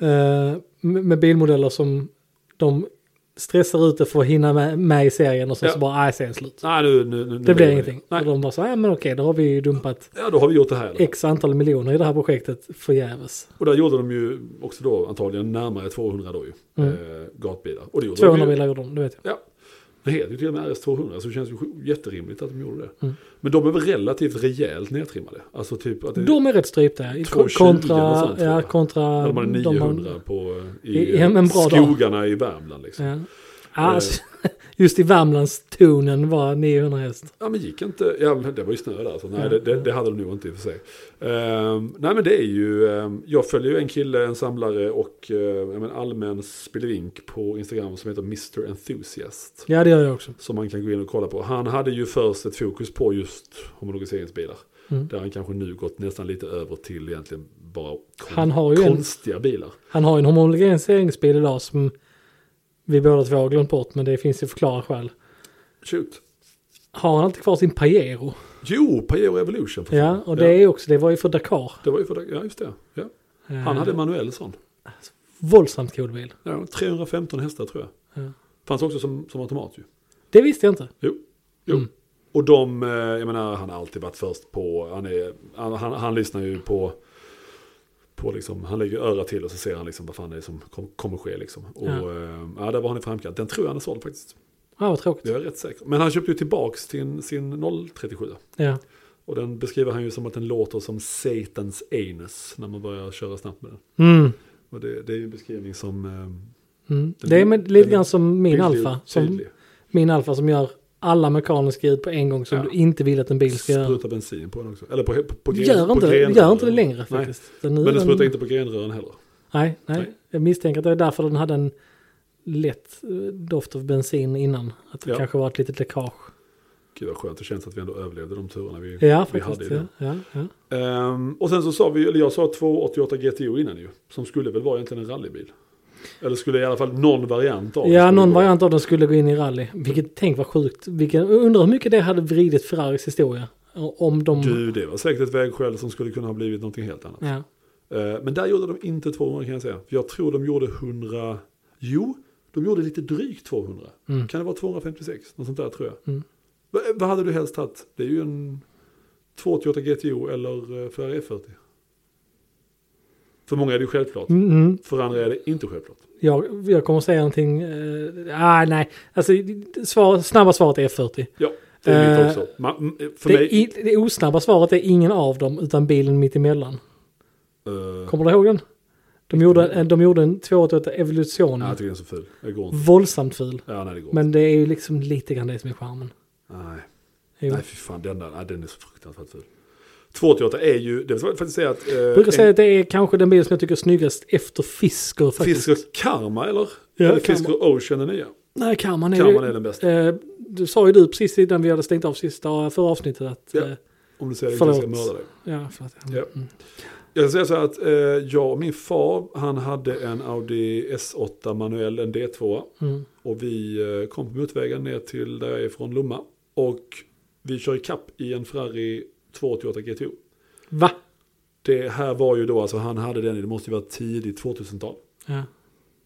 [SPEAKER 1] eh, med, med bilmodeller som de stressar ut det för att hinna med, med i serien och sen
[SPEAKER 2] Ja.
[SPEAKER 1] så bara, nej, serien är slut.
[SPEAKER 2] Nej, nu, nu, nu,
[SPEAKER 1] Det blir ingenting. Och
[SPEAKER 2] Nej.
[SPEAKER 1] de bara så, ja men okej, då har vi ju dumpat
[SPEAKER 2] Ja, då har vi gjort det här. Då.
[SPEAKER 1] x antal miljoner i det här projektet förgäves.
[SPEAKER 2] Och där gjorde de ju också då antagligen närmare 200 då ju.
[SPEAKER 1] Mm.
[SPEAKER 2] Eh, gatbilar. Och det gjorde
[SPEAKER 1] 200
[SPEAKER 2] de ju.
[SPEAKER 1] bilar gjorde de, det vet jag.
[SPEAKER 2] Ja. Det heter ju till och med RS200 så det känns ju sj- jätterimligt att de gjorde det.
[SPEAKER 1] Mm.
[SPEAKER 2] Men de är väl relativt rejält nedtrimmade. Alltså typ att det,
[SPEAKER 1] De är rätt strypta. i-
[SPEAKER 2] 220 eller
[SPEAKER 1] Kontra,
[SPEAKER 2] sånt, tror
[SPEAKER 1] ja,
[SPEAKER 2] jag.
[SPEAKER 1] kontra...
[SPEAKER 2] de hade
[SPEAKER 1] de
[SPEAKER 2] 900
[SPEAKER 1] har-
[SPEAKER 2] på, eh, i,
[SPEAKER 1] I- i en- en bra dag.
[SPEAKER 2] skogarna i Värmland liksom.
[SPEAKER 1] Ja. Alltså, just i Värmlandstonen var 900 häst.
[SPEAKER 2] Ja men gick inte, ja men det var ju snö där så nej
[SPEAKER 1] Ja,
[SPEAKER 2] det, det,
[SPEAKER 1] ja.
[SPEAKER 2] det hade de nog inte i och för sig. Ehm, nej men det är ju, ehm, jag följer ju en kille, en samlare och uh, men allmän spelevink på Instagram som heter Mr. Enthusiast.
[SPEAKER 1] Ja, det gör jag också.
[SPEAKER 2] Som man kan gå in och kolla på. Han hade ju först ett fokus på just homologiseringsbilar.
[SPEAKER 1] Mm.
[SPEAKER 2] Där han kanske nu gått nästan lite över till egentligen bara kon-
[SPEAKER 1] Han har ju en-
[SPEAKER 2] konstiga bilar.
[SPEAKER 1] Han har ju en homologiseringsbil idag som vi båda två har glömt bort, men det finns ju förklara skäl.
[SPEAKER 2] Shoot.
[SPEAKER 1] Har han inte kvar sin Pajero?
[SPEAKER 2] Jo, Pajero Evolution. för
[SPEAKER 1] Ja,
[SPEAKER 2] fan.
[SPEAKER 1] och det är ju också, det var ju för Dakar. Eh,
[SPEAKER 2] det var ju för, ja just det. Ja. Han hade en manuell sån.
[SPEAKER 1] Våldsamt cool bil.
[SPEAKER 2] Ja, 315 hästar tror jag.
[SPEAKER 1] Ja.
[SPEAKER 2] Fanns också som, som automat ju.
[SPEAKER 1] Det visste jag inte.
[SPEAKER 2] Jo. jo.
[SPEAKER 1] Mm.
[SPEAKER 2] Och de, eh, jag menar han har alltid varit först på, han, är, han, han, han lyssnar ju på, på liksom, han lägger öra till och så ser han liksom vad fan det är som kom, kommer ske liksom. Och
[SPEAKER 1] Ja.
[SPEAKER 2] eh, ja, där var han i framkant. Den tror jag han har såld faktiskt.
[SPEAKER 1] Ja, vad
[SPEAKER 2] Det
[SPEAKER 1] tråkigt.
[SPEAKER 2] är jag rätt säker. Men han köpte ju tillbaks sin, sin 037.
[SPEAKER 1] Ja.
[SPEAKER 2] Och den beskriver han ju som att den låter som Satans anus när man börjar köra snabbt med den.
[SPEAKER 1] Mm.
[SPEAKER 2] Och det, det är ju en beskrivning som... eh,
[SPEAKER 1] Mm.
[SPEAKER 2] Den
[SPEAKER 1] Det är
[SPEAKER 2] är-
[SPEAKER 1] med, lite
[SPEAKER 2] den är
[SPEAKER 1] grann som min
[SPEAKER 2] tydlig-
[SPEAKER 1] Alfa. Som,
[SPEAKER 2] tydlig.
[SPEAKER 1] min Alfa som gör alla mekaniska ljud på en gång som
[SPEAKER 2] Ja.
[SPEAKER 1] du inte vill att en bil ska göra.
[SPEAKER 2] Spruta bensin på den också. Eller på, på, på, gren-
[SPEAKER 1] Gör
[SPEAKER 2] på
[SPEAKER 1] inte,
[SPEAKER 2] grenrören.
[SPEAKER 1] gör inte det längre
[SPEAKER 2] Nej.
[SPEAKER 1] faktiskt. Mm. Den-
[SPEAKER 2] Men den sprutar
[SPEAKER 1] den-
[SPEAKER 2] inte på grenrören heller.
[SPEAKER 1] Nej, nej,
[SPEAKER 2] Nej.
[SPEAKER 1] jag misstänker att det är därför den hade en lätt eh, doft av bensin innan. Att det
[SPEAKER 2] Ja.
[SPEAKER 1] kanske var ett litet läckage.
[SPEAKER 2] Gud vad skönt, det känns att vi ändå överlevde de turerna vi,
[SPEAKER 1] Ja,
[SPEAKER 2] vi
[SPEAKER 1] faktiskt.
[SPEAKER 2] i den.
[SPEAKER 1] Ja, ja, ja.
[SPEAKER 2] Ehm, och sen så sa vi, eller jag sa 288 GTO innan ju. Som skulle väl vara egentligen en rallybil. Eller skulle i alla fall någon variant av. den
[SPEAKER 1] ja
[SPEAKER 2] skulle
[SPEAKER 1] någon
[SPEAKER 2] gå.
[SPEAKER 1] variant av den skulle gå in i rally. Vilket, tänk vad sjukt. Vilken, undrar hur mycket det hade vridit Ferraris historia. Om de...
[SPEAKER 2] Du, det var säkert ett vägskäl som skulle kunna ha blivit någonting helt annat.
[SPEAKER 1] Ja.
[SPEAKER 2] Eh, Men där gjorde de inte 200 kan jag säga. För jag tror de gjorde 100, jo, de gjorde lite drygt 200.
[SPEAKER 1] Mm.
[SPEAKER 2] Kan det vara 256? Något sånt där tror jag.
[SPEAKER 1] Mm.
[SPEAKER 2] Va- vad hade du helst tagit? Det är ju en 288 GTO eller eh, Ferrari F40. För många är det ju självklart.
[SPEAKER 1] Mm, mm.
[SPEAKER 2] För andra är det inte självklart.
[SPEAKER 1] Jag, jag kommer säga någonting. eh, ah, nej, alltså svar, snabba svaret är 40.
[SPEAKER 2] Ja, det är mitt
[SPEAKER 1] Eh,
[SPEAKER 2] också. Man, mm, för
[SPEAKER 1] Det,
[SPEAKER 2] mig...
[SPEAKER 1] i, det osnabba svaret är ingen av dem utan bilen mitt emellan.
[SPEAKER 2] eh,
[SPEAKER 1] Kommer du ihåg den? De gjorde, en- de gjorde en 288 evolution.
[SPEAKER 2] nej, jag tycker den är så ful. Det går inte.
[SPEAKER 1] Våldsamt ful.
[SPEAKER 2] Ja, nej, det går
[SPEAKER 1] Mm. Men det är ju liksom lite grann det som är charmen.
[SPEAKER 2] inte. Nej.
[SPEAKER 1] Jo.
[SPEAKER 2] Nej, fy fan, den där, nej, den är så fruktansvärt ful. 288 är ju, det vill jag faktiskt säga att... eh,
[SPEAKER 1] Jag brukar
[SPEAKER 2] en-
[SPEAKER 1] säga att det är kanske den bil som jag tycker är snyggast efter Fisker faktiskt.
[SPEAKER 2] Fisker Karma eller?
[SPEAKER 1] Ja,
[SPEAKER 2] eller
[SPEAKER 1] Karma.
[SPEAKER 2] Fisker Ocean den nya.
[SPEAKER 1] Nej, Karman är,
[SPEAKER 2] Karman
[SPEAKER 1] ju-
[SPEAKER 2] är den bästa.
[SPEAKER 1] Eh, du sa ju du precis innan vi hade stängt av sista förra avsnittet att...
[SPEAKER 2] Ja.
[SPEAKER 1] eh,
[SPEAKER 2] Om du säger det, jag
[SPEAKER 1] förlåt.
[SPEAKER 2] ska mörda dig.
[SPEAKER 1] ja förlåt.
[SPEAKER 2] Ja. Jag kan säga så här att eh, jag och min far, han hade en Audi S8 manuell, en D2.
[SPEAKER 1] Mm.
[SPEAKER 2] Och vi eh, kom på motvägen ner till där jag är från Lomma. Och vi kör i kapp i en Ferrari 288 GTO.
[SPEAKER 1] Va?
[SPEAKER 2] Det här var ju då, alltså han hade den, det måste ju vara tidigt 2000-tal.
[SPEAKER 1] Ja.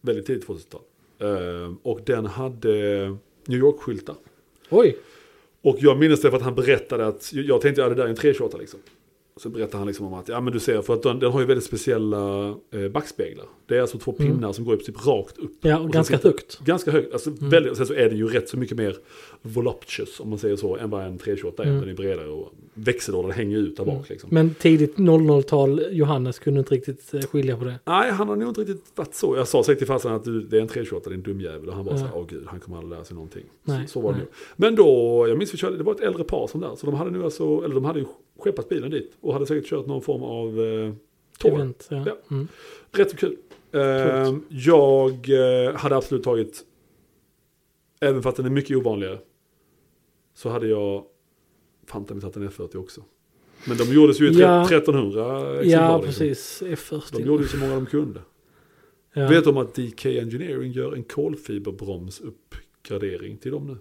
[SPEAKER 2] Väldigt tidigt 2000-tal. Eh, och den hade New York-skyltar.
[SPEAKER 1] Oj.
[SPEAKER 2] Och jag minns det för att han berättade att, jag tänkte ja det där är en 328 liksom. Så berättade han liksom om att, ja men du ser, för att den, den har ju väldigt speciella eh, backspeglar. Det är alltså två pinnar som går upp typ rakt upp.
[SPEAKER 1] Mm. Ja, och
[SPEAKER 2] så
[SPEAKER 1] ganska
[SPEAKER 2] sitter-
[SPEAKER 1] högt. Mm.
[SPEAKER 2] Ganska högt, alltså väldigt, och sen så är den ju rätt så mycket mer voluptuous om man säger så, än vad en 328 är.
[SPEAKER 1] Mm.
[SPEAKER 2] Den är bredare och växellådan hänger ut där bak liksom.
[SPEAKER 1] Men tidigt 00-tal Johannes kunde inte riktigt eh, skilja på det.
[SPEAKER 2] Nej, han har nog inte riktigt varit så. Jag sa säkert till farsan att du, det är en 328, det är en dum jävel. Och han bara
[SPEAKER 1] Ja.
[SPEAKER 2] så här, åh gud, han kommer aldrig lära sig någonting.
[SPEAKER 1] Nej,
[SPEAKER 2] så, så var det
[SPEAKER 1] nej.
[SPEAKER 2] nog. Men då, jag minns vi körde, det var ett äldre par som där. Så de hade nu alltså, eller de hade ju skeppat bilen dit. Och hade säkert kört någon form av eh, tour.
[SPEAKER 1] Event, ja.
[SPEAKER 2] Ja.
[SPEAKER 1] Mm.
[SPEAKER 2] Rätt så kul. Eh, jag eh, hade absolut tagit, även fast den är mycket ovanligare, så hade jag fantan tagit en F40 också. Men de gjordes ju i tre-
[SPEAKER 1] Ja.
[SPEAKER 2] 1300 exemplar.
[SPEAKER 1] ja,
[SPEAKER 2] liksom.
[SPEAKER 1] precis.
[SPEAKER 2] De
[SPEAKER 1] F40.
[SPEAKER 2] gjorde ju så många de kunde.
[SPEAKER 1] Ja.
[SPEAKER 2] Vet du om att DK Engineering gör en kolfiberbroms-uppgradering till dem nu?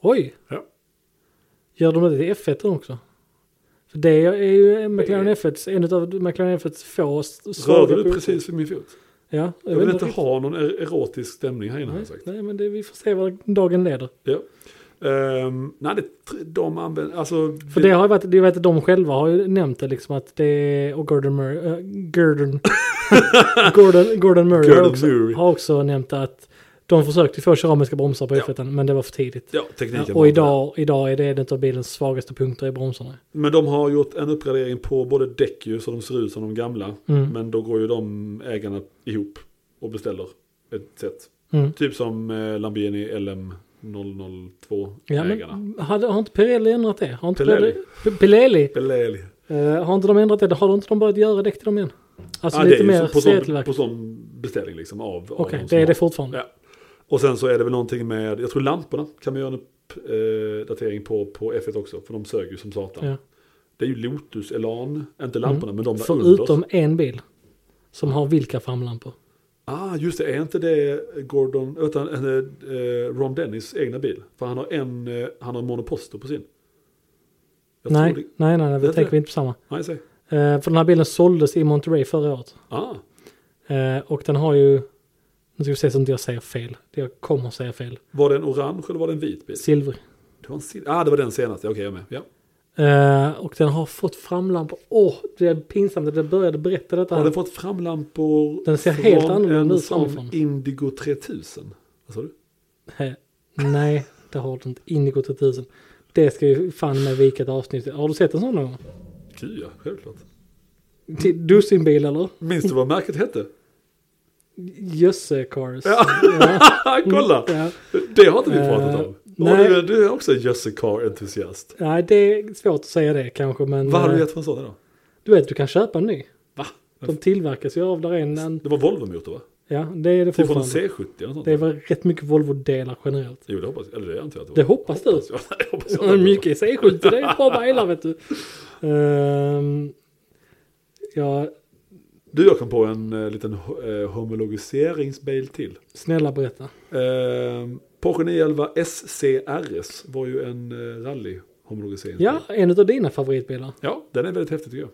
[SPEAKER 1] Oj!
[SPEAKER 2] Ja.
[SPEAKER 1] Gör de det till F1 också? För det är ju McLaren
[SPEAKER 2] Det-
[SPEAKER 1] F1, en av McLaren F1s få s- svaga
[SPEAKER 2] Rörde du
[SPEAKER 1] punkter.
[SPEAKER 2] precis vid min fot?
[SPEAKER 1] Ja,
[SPEAKER 2] Jag vill inte
[SPEAKER 1] riktigt.
[SPEAKER 2] ha någon er- erotisk stämning här inne har
[SPEAKER 1] Nej,
[SPEAKER 2] jag sagt.
[SPEAKER 1] nej, men det, vi får se vad dagen leder.
[SPEAKER 2] Ja. Ehm, nej, det, tr- de använder... Alltså,
[SPEAKER 1] För det har ju varit, det vet att de själva har ju nämnt det liksom att det är, och Gordon Murray, äh, Gordon, Gordon, Gordon Murray har
[SPEAKER 2] Gordon
[SPEAKER 1] också,
[SPEAKER 2] Murray.
[SPEAKER 1] har också nämnt att de försökte få keramiska bromsar på
[SPEAKER 2] Ja.
[SPEAKER 1] F1 men det var för tidigt.
[SPEAKER 2] ja, tekniken
[SPEAKER 1] Ja,
[SPEAKER 2] var
[SPEAKER 1] och idag, idag är det en av bilens svagaste punkter i bromsarna.
[SPEAKER 2] Men de har gjort en uppgradering på både däck ju, så de ser ut som de gamla.
[SPEAKER 1] Mm.
[SPEAKER 2] Men då går ju de ägarna ihop och beställer ett sätt.
[SPEAKER 1] Mm.
[SPEAKER 2] Typ som eh, Lamborghini LM002-ägarna.
[SPEAKER 1] Ja, men, hade, har inte Pirelli ändrat det? Har inte
[SPEAKER 2] Pirelli.
[SPEAKER 1] Pirelli- Pirelli.
[SPEAKER 2] Beleli.
[SPEAKER 1] Eh, har inte de ändrat det? Har inte de börjat göra däck till dem igen? Alltså
[SPEAKER 2] Ja,
[SPEAKER 1] lite
[SPEAKER 2] det är ju
[SPEAKER 1] mer
[SPEAKER 2] så- på sån, på
[SPEAKER 1] serietillverkat.
[SPEAKER 2] sån beställning liksom av... av
[SPEAKER 1] Okej,
[SPEAKER 2] de
[SPEAKER 1] det
[SPEAKER 2] som
[SPEAKER 1] är det
[SPEAKER 2] har-
[SPEAKER 1] fortfarande.
[SPEAKER 2] Ja. Och sen så är det väl någonting med, jag tror lamporna kan man göra en uppdatering på, på F1 också. För de sög ju som satan.
[SPEAKER 1] Ja. Mm.
[SPEAKER 2] Det är ju Lotus Elan, inte lamporna men de där under.
[SPEAKER 1] Förutom en bil. Som har vilka framlampor.
[SPEAKER 2] Ah, just det, är inte det Gordon, utan eh, eh, Ron Dennis egna bil? För han har en, eh, han har en monoposto på sin. Jag
[SPEAKER 1] Nej,
[SPEAKER 2] tror det,
[SPEAKER 1] nej, nej, nej,
[SPEAKER 2] tror
[SPEAKER 1] vi tänker vi
[SPEAKER 2] det.
[SPEAKER 1] inte på samma.
[SPEAKER 2] nej, säg.
[SPEAKER 1] Eh, för den här bilen såldes i Monterey förra året.
[SPEAKER 2] Ah,
[SPEAKER 1] Eh, och den har ju, nu ska vi se så inte jag säger fel. Jag kommer att säga fel.
[SPEAKER 2] var det en orange eller var det en vit bil?
[SPEAKER 1] Silver.
[SPEAKER 2] Det var en sil- ah, det var den senaste, okej jag är med. Ja.
[SPEAKER 1] Eh, och den har fått framlampor. Åh, det är pinsamt att jag började berätta detta.
[SPEAKER 2] Har
[SPEAKER 1] här.
[SPEAKER 2] den fått framlampor
[SPEAKER 1] Den ser helt annorlunda
[SPEAKER 2] en
[SPEAKER 1] ut
[SPEAKER 2] sån
[SPEAKER 1] framifrån.
[SPEAKER 2] Indigo 3000? Vad sa du?
[SPEAKER 1] Eh, nej, det har den inte. Indigo 3000. Det ska ju fan med vika ett avsnitt. Har du sett en sån någon gång?
[SPEAKER 2] Gud ja, självklart.
[SPEAKER 1] Till Dussinbil eller?
[SPEAKER 2] Minns du vad märket hette?
[SPEAKER 1] Jösse Cars. Mm,
[SPEAKER 2] Ja. Ah, kolla!
[SPEAKER 1] Ja.
[SPEAKER 2] Det har inte vi
[SPEAKER 1] Eh,
[SPEAKER 2] pratat om.
[SPEAKER 1] nej.
[SPEAKER 2] Och du, du är också en Jösse Car-entusiast.
[SPEAKER 1] Nej, det är svårt att säga det kanske. Men
[SPEAKER 2] Vad har du
[SPEAKER 1] eh,
[SPEAKER 2] gett för en sån idag?
[SPEAKER 1] du vet, du kan köpa en ny.
[SPEAKER 2] Va?
[SPEAKER 1] De tillverkas ju av där en... en
[SPEAKER 2] Det var Volvo-motor va?
[SPEAKER 1] Ja, det är det
[SPEAKER 2] Typ från en
[SPEAKER 1] fortfarande.
[SPEAKER 2] C70 eller något
[SPEAKER 1] det är
[SPEAKER 2] sånt.
[SPEAKER 1] väl rätt mycket Volvo-delar generellt.
[SPEAKER 2] Jo, det hoppas jag. Eller det antar jag att
[SPEAKER 1] Det hoppas du.
[SPEAKER 2] Ja, det hoppas jag.
[SPEAKER 1] Mm, Mycket C70, det är bra bilar vet du. Ehm, ja,
[SPEAKER 2] Du, jag kom på en eh, liten ho- eh, homologiseringsbil till.
[SPEAKER 1] snälla berätta.
[SPEAKER 2] Eh, Porsche 911 SCRS var ju en eh, rallyhomologiseringsbil.
[SPEAKER 1] Ja, en av dina favoritbilar.
[SPEAKER 2] ja, den är väldigt häftig tycker jag.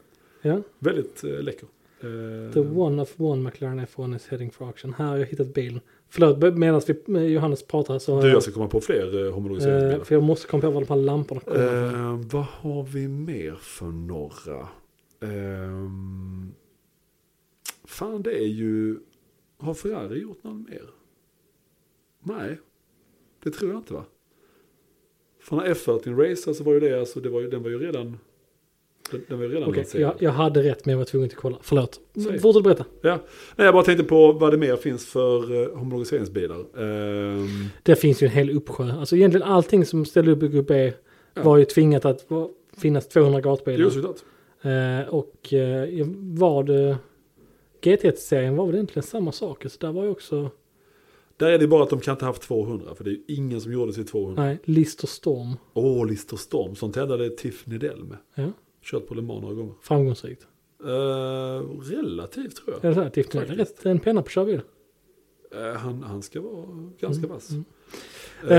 [SPEAKER 1] Ja,
[SPEAKER 2] Väldigt eh, läcker.
[SPEAKER 1] the
[SPEAKER 2] Eh,
[SPEAKER 1] one of one McLaren F1 is heading for auction. Här har jag hittat bilen. Förlåt, medan vi, eh, Johannes pratar så... har
[SPEAKER 2] du,
[SPEAKER 1] jag-
[SPEAKER 2] jag ska komma på fler eh,
[SPEAKER 1] Eh,
[SPEAKER 2] homologiseringsbilar.
[SPEAKER 1] för jag måste komma på var de här lamporna kommer ifrån.
[SPEAKER 2] Eh, vad har vi mer för några? Ehm, fan, det är ju... Har Ferrari gjort någon mer? Nej, det tror jag inte va? För när F40 racer så var ju det, alltså, det var ju, den var ju redan... Den, den var ju redan
[SPEAKER 1] Okej,
[SPEAKER 2] lanserad.
[SPEAKER 1] jag, jag hade rätt men jag var tvungen att kolla. Förlåt.
[SPEAKER 2] Säg.
[SPEAKER 1] Fortsätt berätta.
[SPEAKER 2] Ja. Nej, jag bara tänkte på vad det mer finns för uh, homologiseringsbilar. Ehm,
[SPEAKER 1] Det finns ju en hel uppsjö. Alltså egentligen allting som ställde upp i Grupp E
[SPEAKER 2] Ja.
[SPEAKER 1] var ju tvingat att va- finnas 200
[SPEAKER 2] jo,
[SPEAKER 1] gatbilar.
[SPEAKER 2] såklart.
[SPEAKER 1] Eh, och eh, var det... GT1-serien var väl egentligen samma sak. Så där var ju också...
[SPEAKER 2] Där är det bara att de kan inte ha haft 200, för det är ju ingen som gjorde sig 200.
[SPEAKER 1] Nej, Lister Storm.
[SPEAKER 2] Åh, Lister Storm. Sånt tävlade Tiff Nidell med.
[SPEAKER 1] Ja,
[SPEAKER 2] Kört på Le Mans några gånger.
[SPEAKER 1] framgångsrikt.
[SPEAKER 2] Eh, relativt tror jag.
[SPEAKER 1] Jag säger, Tiff, det är
[SPEAKER 2] Faktiskt.
[SPEAKER 1] rätt en penna på körbil.
[SPEAKER 2] Eh, han, han ska vara ganska vass.
[SPEAKER 1] Mm. Eh,
[SPEAKER 2] Eh,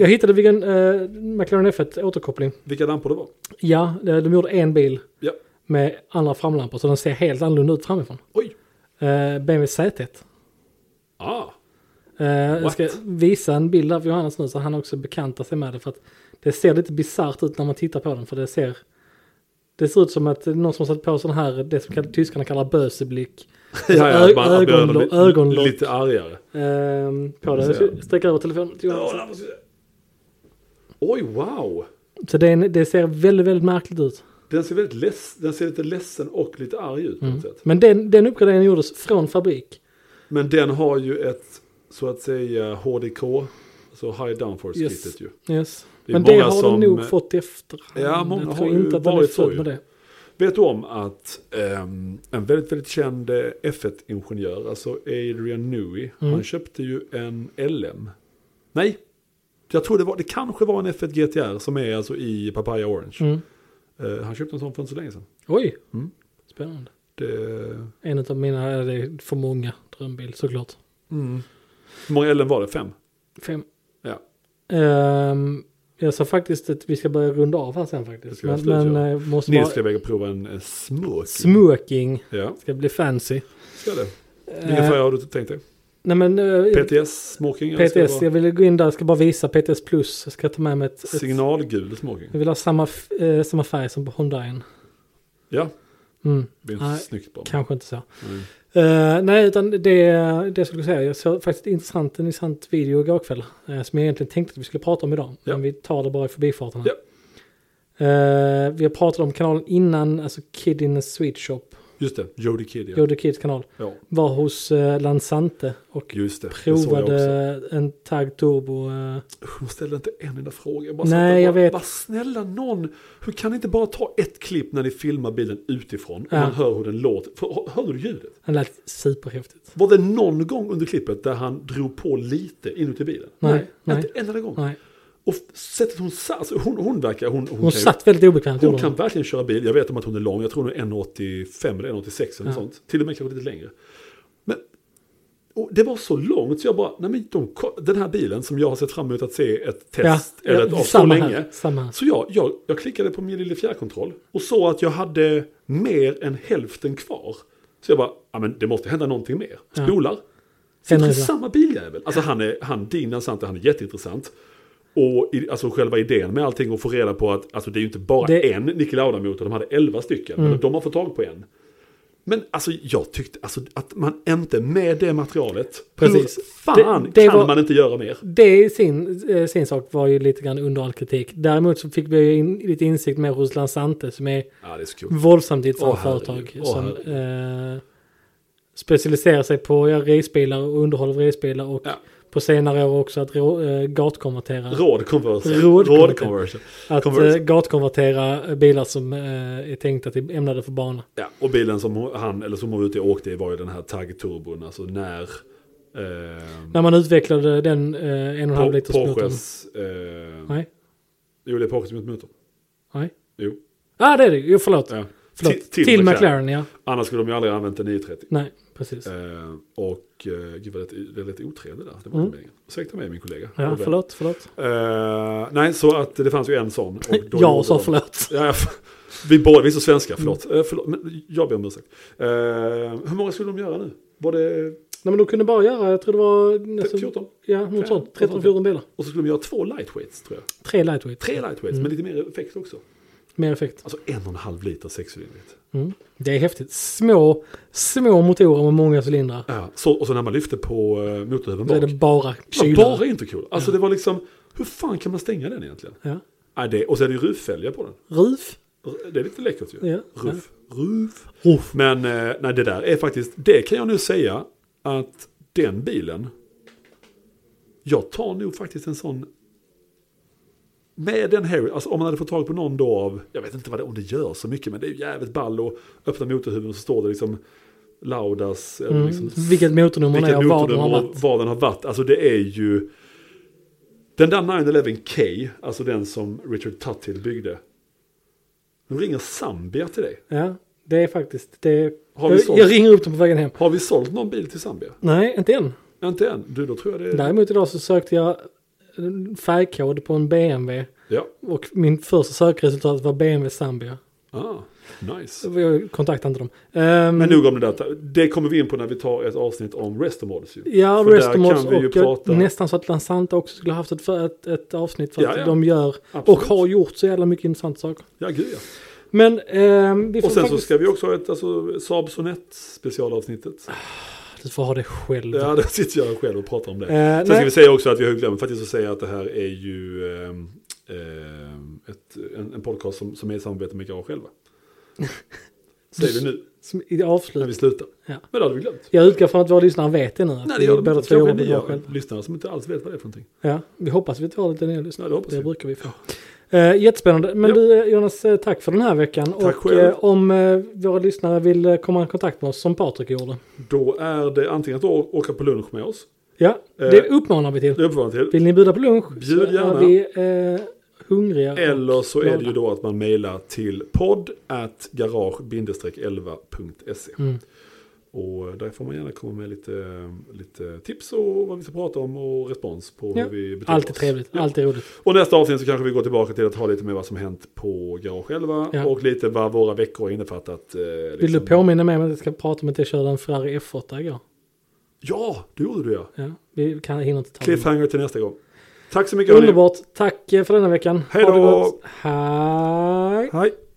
[SPEAKER 1] jag hittade vilken eh, McLaren F1 återkoppling.
[SPEAKER 2] Vilka lampor det var.
[SPEAKER 1] Ja, eh, de gjorde en bil
[SPEAKER 2] Ja.
[SPEAKER 1] med andra framlampor så den ser helt annorlunda ut framifrån.
[SPEAKER 2] Oj!
[SPEAKER 1] Eh, BMW Z1.
[SPEAKER 2] Ah,
[SPEAKER 1] Eh, jag
[SPEAKER 2] What?
[SPEAKER 1] ska visa en bild här för Johannes nu så han också bekantar sig med det för att det ser lite bisarrt ut när man tittar på den för det ser det ser ut som att det är någon som har satt på sån här, det som kall- tyskarna kallar böseblick. Alltså, ö-
[SPEAKER 2] man- man blir
[SPEAKER 1] ögonlo-
[SPEAKER 2] lite-
[SPEAKER 1] ögonlock
[SPEAKER 2] Lite argare.
[SPEAKER 1] ehm, på det.
[SPEAKER 2] Jag ser.
[SPEAKER 1] Jag sträcker över telefonen till Johannes.
[SPEAKER 2] Ja, där måste jag- Oj, wow!
[SPEAKER 1] Så det, är, en- det ser väldigt, väldigt märkligt ut.
[SPEAKER 2] Den ser, väldigt less, den ser lite ledsen och lite arg ut på något sätt.
[SPEAKER 1] Mm. Men den, den uppgraderingen gjordes från fabrik.
[SPEAKER 2] Men den har ju ett, så att säga, HDK. Så alltså high downforce
[SPEAKER 1] Yes.
[SPEAKER 2] kittet ju.
[SPEAKER 1] Yes.
[SPEAKER 2] Det är
[SPEAKER 1] Men det
[SPEAKER 2] många
[SPEAKER 1] har
[SPEAKER 2] som-
[SPEAKER 1] de nog fått i efterhand.
[SPEAKER 2] Ja, många
[SPEAKER 1] jag
[SPEAKER 2] har
[SPEAKER 1] tror
[SPEAKER 2] ju
[SPEAKER 1] inte att de är
[SPEAKER 2] varit så
[SPEAKER 1] född
[SPEAKER 2] ju.
[SPEAKER 1] med det.
[SPEAKER 2] Vet du om att ehm, en väldigt, väldigt känd eh, F1-ingenjör, alltså Adrian Newey,
[SPEAKER 1] Mm.
[SPEAKER 2] han köpte ju en LM. Nej, jag tror det var, det kanske var en F1 GTR som är alltså i Papaya Orange.
[SPEAKER 1] Mm.
[SPEAKER 2] Eh, han köpte en sån för inte så länge sedan.
[SPEAKER 1] Oj,
[SPEAKER 2] Mm.
[SPEAKER 1] spännande.
[SPEAKER 2] Det,
[SPEAKER 1] En av mina, eller det är för många drömbild såklart. Mm.
[SPEAKER 2] Hur många LM var det? Fem?
[SPEAKER 1] Fem.
[SPEAKER 2] Ja.
[SPEAKER 1] Ehm, jag sa faktiskt att vi ska börja runda av här sen
[SPEAKER 2] Det
[SPEAKER 1] faktiskt.
[SPEAKER 2] ska vi
[SPEAKER 1] Men,
[SPEAKER 2] absolut
[SPEAKER 1] men
[SPEAKER 2] göra.
[SPEAKER 1] eh, måste
[SPEAKER 2] Nils ska
[SPEAKER 1] vara...
[SPEAKER 2] iväg och prova en eh, smoke.
[SPEAKER 1] Smoking.
[SPEAKER 2] ja,
[SPEAKER 1] Ska bli fancy.
[SPEAKER 2] ska det. Vilken
[SPEAKER 1] Eh,
[SPEAKER 2] färg har du tänkt dig?
[SPEAKER 1] nej men... eh,
[SPEAKER 2] PTS smoking? eller ska det
[SPEAKER 1] PTS,
[SPEAKER 2] vara
[SPEAKER 1] jag ville gå in där, jag ska bara visa PTS plus. Jag ska ta med mig ett... ett
[SPEAKER 2] Signalgul smoking?
[SPEAKER 1] jag vill ha samma, f- eh, samma färg som på Hondain.
[SPEAKER 2] Ja,
[SPEAKER 1] Mm.
[SPEAKER 2] det är
[SPEAKER 1] Nej.
[SPEAKER 2] snyggt bara.
[SPEAKER 1] Kanske inte så.
[SPEAKER 2] Nej.
[SPEAKER 1] Eh, nej, utan det, det jag skulle säga, jag såg faktiskt en intressant, en intressant video igår kväll. eh, som jag egentligen tänkte att vi skulle prata om idag.
[SPEAKER 2] Ja.
[SPEAKER 1] Men vi tar det bara i förbifarten här.
[SPEAKER 2] Ja.
[SPEAKER 1] Eh, vi har pratat om kanalen innan, alltså Kid in a Sweet Shop.
[SPEAKER 2] Just det, Jody Kid. Ja.
[SPEAKER 1] Jodie Kids kanal.
[SPEAKER 2] Ja.
[SPEAKER 1] Var hos eh, Lansante och
[SPEAKER 2] Just det, det såg jag också.
[SPEAKER 1] provade en Tag Turbo. eh,
[SPEAKER 2] Usch, Hon ställde inte en enda fråga. Jag bara
[SPEAKER 1] Nej,
[SPEAKER 2] satt där och
[SPEAKER 1] jag
[SPEAKER 2] bara,
[SPEAKER 1] vet.
[SPEAKER 2] Vad snälla någon, hur kan ni inte bara ta ett klipp när ni filmar bilen utifrån och
[SPEAKER 1] Ja.
[SPEAKER 2] man hör hur den låter? För, hör du ljudet?
[SPEAKER 1] den lät superhäftigt.
[SPEAKER 2] Var det någon gång under klippet där han drog på lite inuti bilen?
[SPEAKER 1] Nej, nej.
[SPEAKER 2] Inte en enda gång.
[SPEAKER 1] Nej.
[SPEAKER 2] Och f- sättet hon satt, alltså, hon, hon verkar, hon, hon,
[SPEAKER 1] Hon
[SPEAKER 2] kan ju-
[SPEAKER 1] satt väldigt obekvämt.
[SPEAKER 2] Hon
[SPEAKER 1] gjorde
[SPEAKER 2] kan verkligen köra bil. Jag vet om att hon är lång. Jag tror hon är 1,85 eller 1,86 eller
[SPEAKER 1] Ja.
[SPEAKER 2] något sånt. Till och med kanske lite längre. Men och det var så långt så jag bara, nej men de, den här bilen som jag har sett fram emot att se ett test eller ett av så
[SPEAKER 1] samma
[SPEAKER 2] länge.
[SPEAKER 1] Här, samma här.
[SPEAKER 2] Så jag, jag, jag klickade på min lilla fjärrkontroll och såg att jag hade mer än hälften kvar. Så jag bara, ja men det måste hända någonting mer.
[SPEAKER 1] Ja.
[SPEAKER 2] Spolar.
[SPEAKER 1] Sen är
[SPEAKER 2] Sitter i
[SPEAKER 1] det så.
[SPEAKER 2] samma biljävel. Alltså han är, han, Dean Asante, han är jätteintressant. Och i, alltså själva idén med allting och få reda på att alltså det är ju inte bara
[SPEAKER 1] Det- Mm.
[SPEAKER 2] en Niki Lauda-motor, de hade elva stycken. Men de har fått tag på en. Men alltså jag tyckte alltså, att man inte med det materialet,
[SPEAKER 1] Precis.
[SPEAKER 2] hur fan
[SPEAKER 1] Det- det
[SPEAKER 2] kan
[SPEAKER 1] var-
[SPEAKER 2] man inte göra mer?
[SPEAKER 1] Det i sin, eh, sin sak var ju lite grann under all kritik. Däremot så fick vi ju in, lite insikt med hos Lansante som är
[SPEAKER 2] Ja, det är så kul.
[SPEAKER 1] våldsamt intressant
[SPEAKER 2] Åh,
[SPEAKER 1] företag.
[SPEAKER 2] herregud. Åh,
[SPEAKER 1] som eh, specialiserar sig på ja, racebilar och underhåll av racebilar och
[SPEAKER 2] Ja.
[SPEAKER 1] på senare år också att rå, eh, gatkonvertera.
[SPEAKER 2] Råd conversion.
[SPEAKER 1] Råd-
[SPEAKER 2] conversion.
[SPEAKER 1] Att eh,
[SPEAKER 2] Converse.
[SPEAKER 1] gatkonvertera bilar som eh, är tänkta till ämnade för bana.
[SPEAKER 2] Ja, och bilen som hon- han eller som hon var ute och åkte i var ju den här Tag Turbon. Alltså när Ehm,
[SPEAKER 1] När man utvecklade den eh, en och en halv
[SPEAKER 2] Po-
[SPEAKER 1] liters motorn.
[SPEAKER 2] Porsches... Eh,
[SPEAKER 1] Nej.
[SPEAKER 2] Jo, det är Porsches mot motor.
[SPEAKER 1] Nej.
[SPEAKER 2] Jo.
[SPEAKER 1] Ah, det är det. Jo, förlåt.
[SPEAKER 2] Ja.
[SPEAKER 1] förlåt.
[SPEAKER 2] Till-
[SPEAKER 1] till
[SPEAKER 2] till
[SPEAKER 1] McLaren.
[SPEAKER 2] McLaren.
[SPEAKER 1] ja.
[SPEAKER 2] Annars skulle de ju aldrig ha använt en 930.
[SPEAKER 1] Nej, precis.
[SPEAKER 2] Eh, och eh, gud vad det, det lät otrevligt där. Det var
[SPEAKER 1] Mm.
[SPEAKER 2] inte meningen. Ursäkta mig min kollega.
[SPEAKER 1] ja,
[SPEAKER 2] Och vän.
[SPEAKER 1] förlåt, förlåt.
[SPEAKER 2] Eh, nej, så att det fanns ju en sån. Och då gjorde
[SPEAKER 1] Jag sa
[SPEAKER 2] de-
[SPEAKER 1] förlåt. Mm.
[SPEAKER 2] Ja, ja, f- vi, båda, vi är så svenska, förlåt. Eh, förlåt men jag ber om ursäkt. Eh, hur många skulle de göra nu? Var det
[SPEAKER 1] Nej, men de kunde bara göra, jag tror det var... nästan-
[SPEAKER 2] 14?
[SPEAKER 1] Ja, något sånt.
[SPEAKER 2] 13,
[SPEAKER 1] 13-14 bilar.
[SPEAKER 2] Och så skulle de göra två lightweights tror jag.
[SPEAKER 1] Tre lightweight.
[SPEAKER 2] Tre lightweights, men lite mer effekt också.
[SPEAKER 1] Mer effekt.
[SPEAKER 2] Alltså en och en halv liter sexcylindrigt.
[SPEAKER 1] Mm. Det är häftigt. Små, små motorer med många cylindrar.
[SPEAKER 2] Ja, så, och så när man lyfte på eh, motorhuven
[SPEAKER 1] Då är
[SPEAKER 2] bak.
[SPEAKER 1] det bara
[SPEAKER 2] Det var
[SPEAKER 1] kyla.
[SPEAKER 2] bara inte kul. Alltså det var liksom, hur fan kan man stänga den egentligen?
[SPEAKER 1] Ja.
[SPEAKER 2] Nej, det, och så är det ju ruvfälgar på den.
[SPEAKER 1] Ruf.
[SPEAKER 2] Det är lite läckert ju.
[SPEAKER 1] Ja.
[SPEAKER 2] Ruff. Ruff.
[SPEAKER 1] Ruff.
[SPEAKER 2] Men eh, nej, det där är faktiskt, det kan jag nu säga att den bilen, jag tar nog faktiskt en sån med den Harry, alltså om man hade fått tag på någon då av, jag vet inte vad det, om det gör så mycket, men det är ju jävligt ball att öppna motorhuven och så står det liksom Laudas, eller liksom
[SPEAKER 1] Mm. Vilket motornummer det är
[SPEAKER 2] vilket
[SPEAKER 1] och var de
[SPEAKER 2] motornummer
[SPEAKER 1] har varit.
[SPEAKER 2] och vad den har varit. Alltså det är ju... Den där 911K, alltså den som Richard Tuttle byggde. Nu ringer Zambia till dig.
[SPEAKER 1] Ja, det är faktiskt... Det...
[SPEAKER 2] Har vi
[SPEAKER 1] Jag,
[SPEAKER 2] sålt?
[SPEAKER 1] jag ringer upp dem på vägen hem.
[SPEAKER 2] Har vi sålt någon bil till Zambia?
[SPEAKER 1] Nej, inte än.
[SPEAKER 2] Inte än. Du, då tror jag det är...
[SPEAKER 1] Däremot idag så sökte jag en färgkod på en BMW.
[SPEAKER 2] Ja.
[SPEAKER 1] Och min första sökresultat var BMW Zambia.
[SPEAKER 2] Ah, nice.
[SPEAKER 1] Så Jag kontaktade inte dem. Ehm,
[SPEAKER 2] Men nog om det där. Det kommer vi in på när vi tar ett avsnitt om Restomods ju.
[SPEAKER 1] Ja,
[SPEAKER 2] För där
[SPEAKER 1] Restomorphs
[SPEAKER 2] kan vi ju
[SPEAKER 1] och jag,
[SPEAKER 2] prata-
[SPEAKER 1] nästan så att Lansanta också skulle haft ett, för- ett, ett avsnitt för att
[SPEAKER 2] Ja, ja.
[SPEAKER 1] de gör
[SPEAKER 2] Absolut.
[SPEAKER 1] och har gjort så jävla mycket intressanta saker.
[SPEAKER 2] Ja, gud ja.
[SPEAKER 1] Men ehm, vi får
[SPEAKER 2] Och sen så
[SPEAKER 1] faktiskt...
[SPEAKER 2] ska vi också ha ett alltså, Saab Sonett specialavsnittet.
[SPEAKER 1] Du får ha det själv.
[SPEAKER 2] Ja, där sitter jag själv och pratar om det.
[SPEAKER 1] Eh,
[SPEAKER 2] Sen ska
[SPEAKER 1] nej.
[SPEAKER 2] vi säga också att vi har ju glömt faktiskt att säga att det här är ju ehm, ehm, ett, en, en podcast som, som är i samarbete med Garage själva. Säger vi nu,
[SPEAKER 1] Som i
[SPEAKER 2] när
[SPEAKER 1] avslut.
[SPEAKER 2] vi slutar.
[SPEAKER 1] Ja.
[SPEAKER 2] Men det hade vi glömt.
[SPEAKER 1] Jag utgår från att våra lyssnare vet det nu. Att
[SPEAKER 2] Nej,
[SPEAKER 1] vi
[SPEAKER 2] det gör de
[SPEAKER 1] båda
[SPEAKER 2] inte.
[SPEAKER 1] två jobbar på
[SPEAKER 2] Kanske
[SPEAKER 1] Garage
[SPEAKER 2] nya
[SPEAKER 1] själv.
[SPEAKER 2] lyssnare som inte alls vet vad det är för någonting.
[SPEAKER 1] Ja, vi hoppas vi tar lite nya lyssnare.
[SPEAKER 2] Nej, det hoppas
[SPEAKER 1] Det
[SPEAKER 2] vi.
[SPEAKER 1] brukar vi få. Eh, jättespännande. Men
[SPEAKER 2] Ja.
[SPEAKER 1] du eh, Jonas, eh, tack för den här veckan.
[SPEAKER 2] Tack
[SPEAKER 1] och
[SPEAKER 2] själv.
[SPEAKER 1] eh, om eh, våra lyssnare vill eh, komma i kontakt med oss som Patrik gjorde.
[SPEAKER 2] Då är det antingen att å- åka på lunch med oss.
[SPEAKER 1] Ja,
[SPEAKER 2] Eh,
[SPEAKER 1] det uppmanar vi till.
[SPEAKER 2] Det uppmanar jag till.
[SPEAKER 1] Vill ni bjuda på lunch så
[SPEAKER 2] Bjud gärna.
[SPEAKER 1] är vi eh, hungriga. och
[SPEAKER 2] Eller så är det ju
[SPEAKER 1] glada.
[SPEAKER 2] då att man mejlar till podd at garage-11.se.
[SPEAKER 1] Mm.
[SPEAKER 2] Och eh, där får man gärna komma med lite, eh, lite tips och vad vi ska prata om och respons på
[SPEAKER 1] Ja.
[SPEAKER 2] hur vi beter
[SPEAKER 1] Alltid
[SPEAKER 2] oss.
[SPEAKER 1] trevligt,
[SPEAKER 2] Ja.
[SPEAKER 1] alltid roligt.
[SPEAKER 2] Och nästa avsnitt så kanske vi går tillbaka till att ha lite mer vad som hänt på Garage själva
[SPEAKER 1] Ja.
[SPEAKER 2] och lite vad våra veckor har innefattat. eh, Liksom.
[SPEAKER 1] Vill du påminna mig om att jag ska prata om att jag körde en Ferrari F8 igår?
[SPEAKER 2] Ja, det gjorde du ja.
[SPEAKER 1] Ja, vi kan, hinner inte ta det.
[SPEAKER 2] Cliffhanger till nästa gång. Tack så mycket. hörni.
[SPEAKER 1] Underbart. Tack eh, för denna veckan.
[SPEAKER 2] Hej
[SPEAKER 1] Ha det
[SPEAKER 2] då.
[SPEAKER 1] gott. Hej.
[SPEAKER 2] Hej.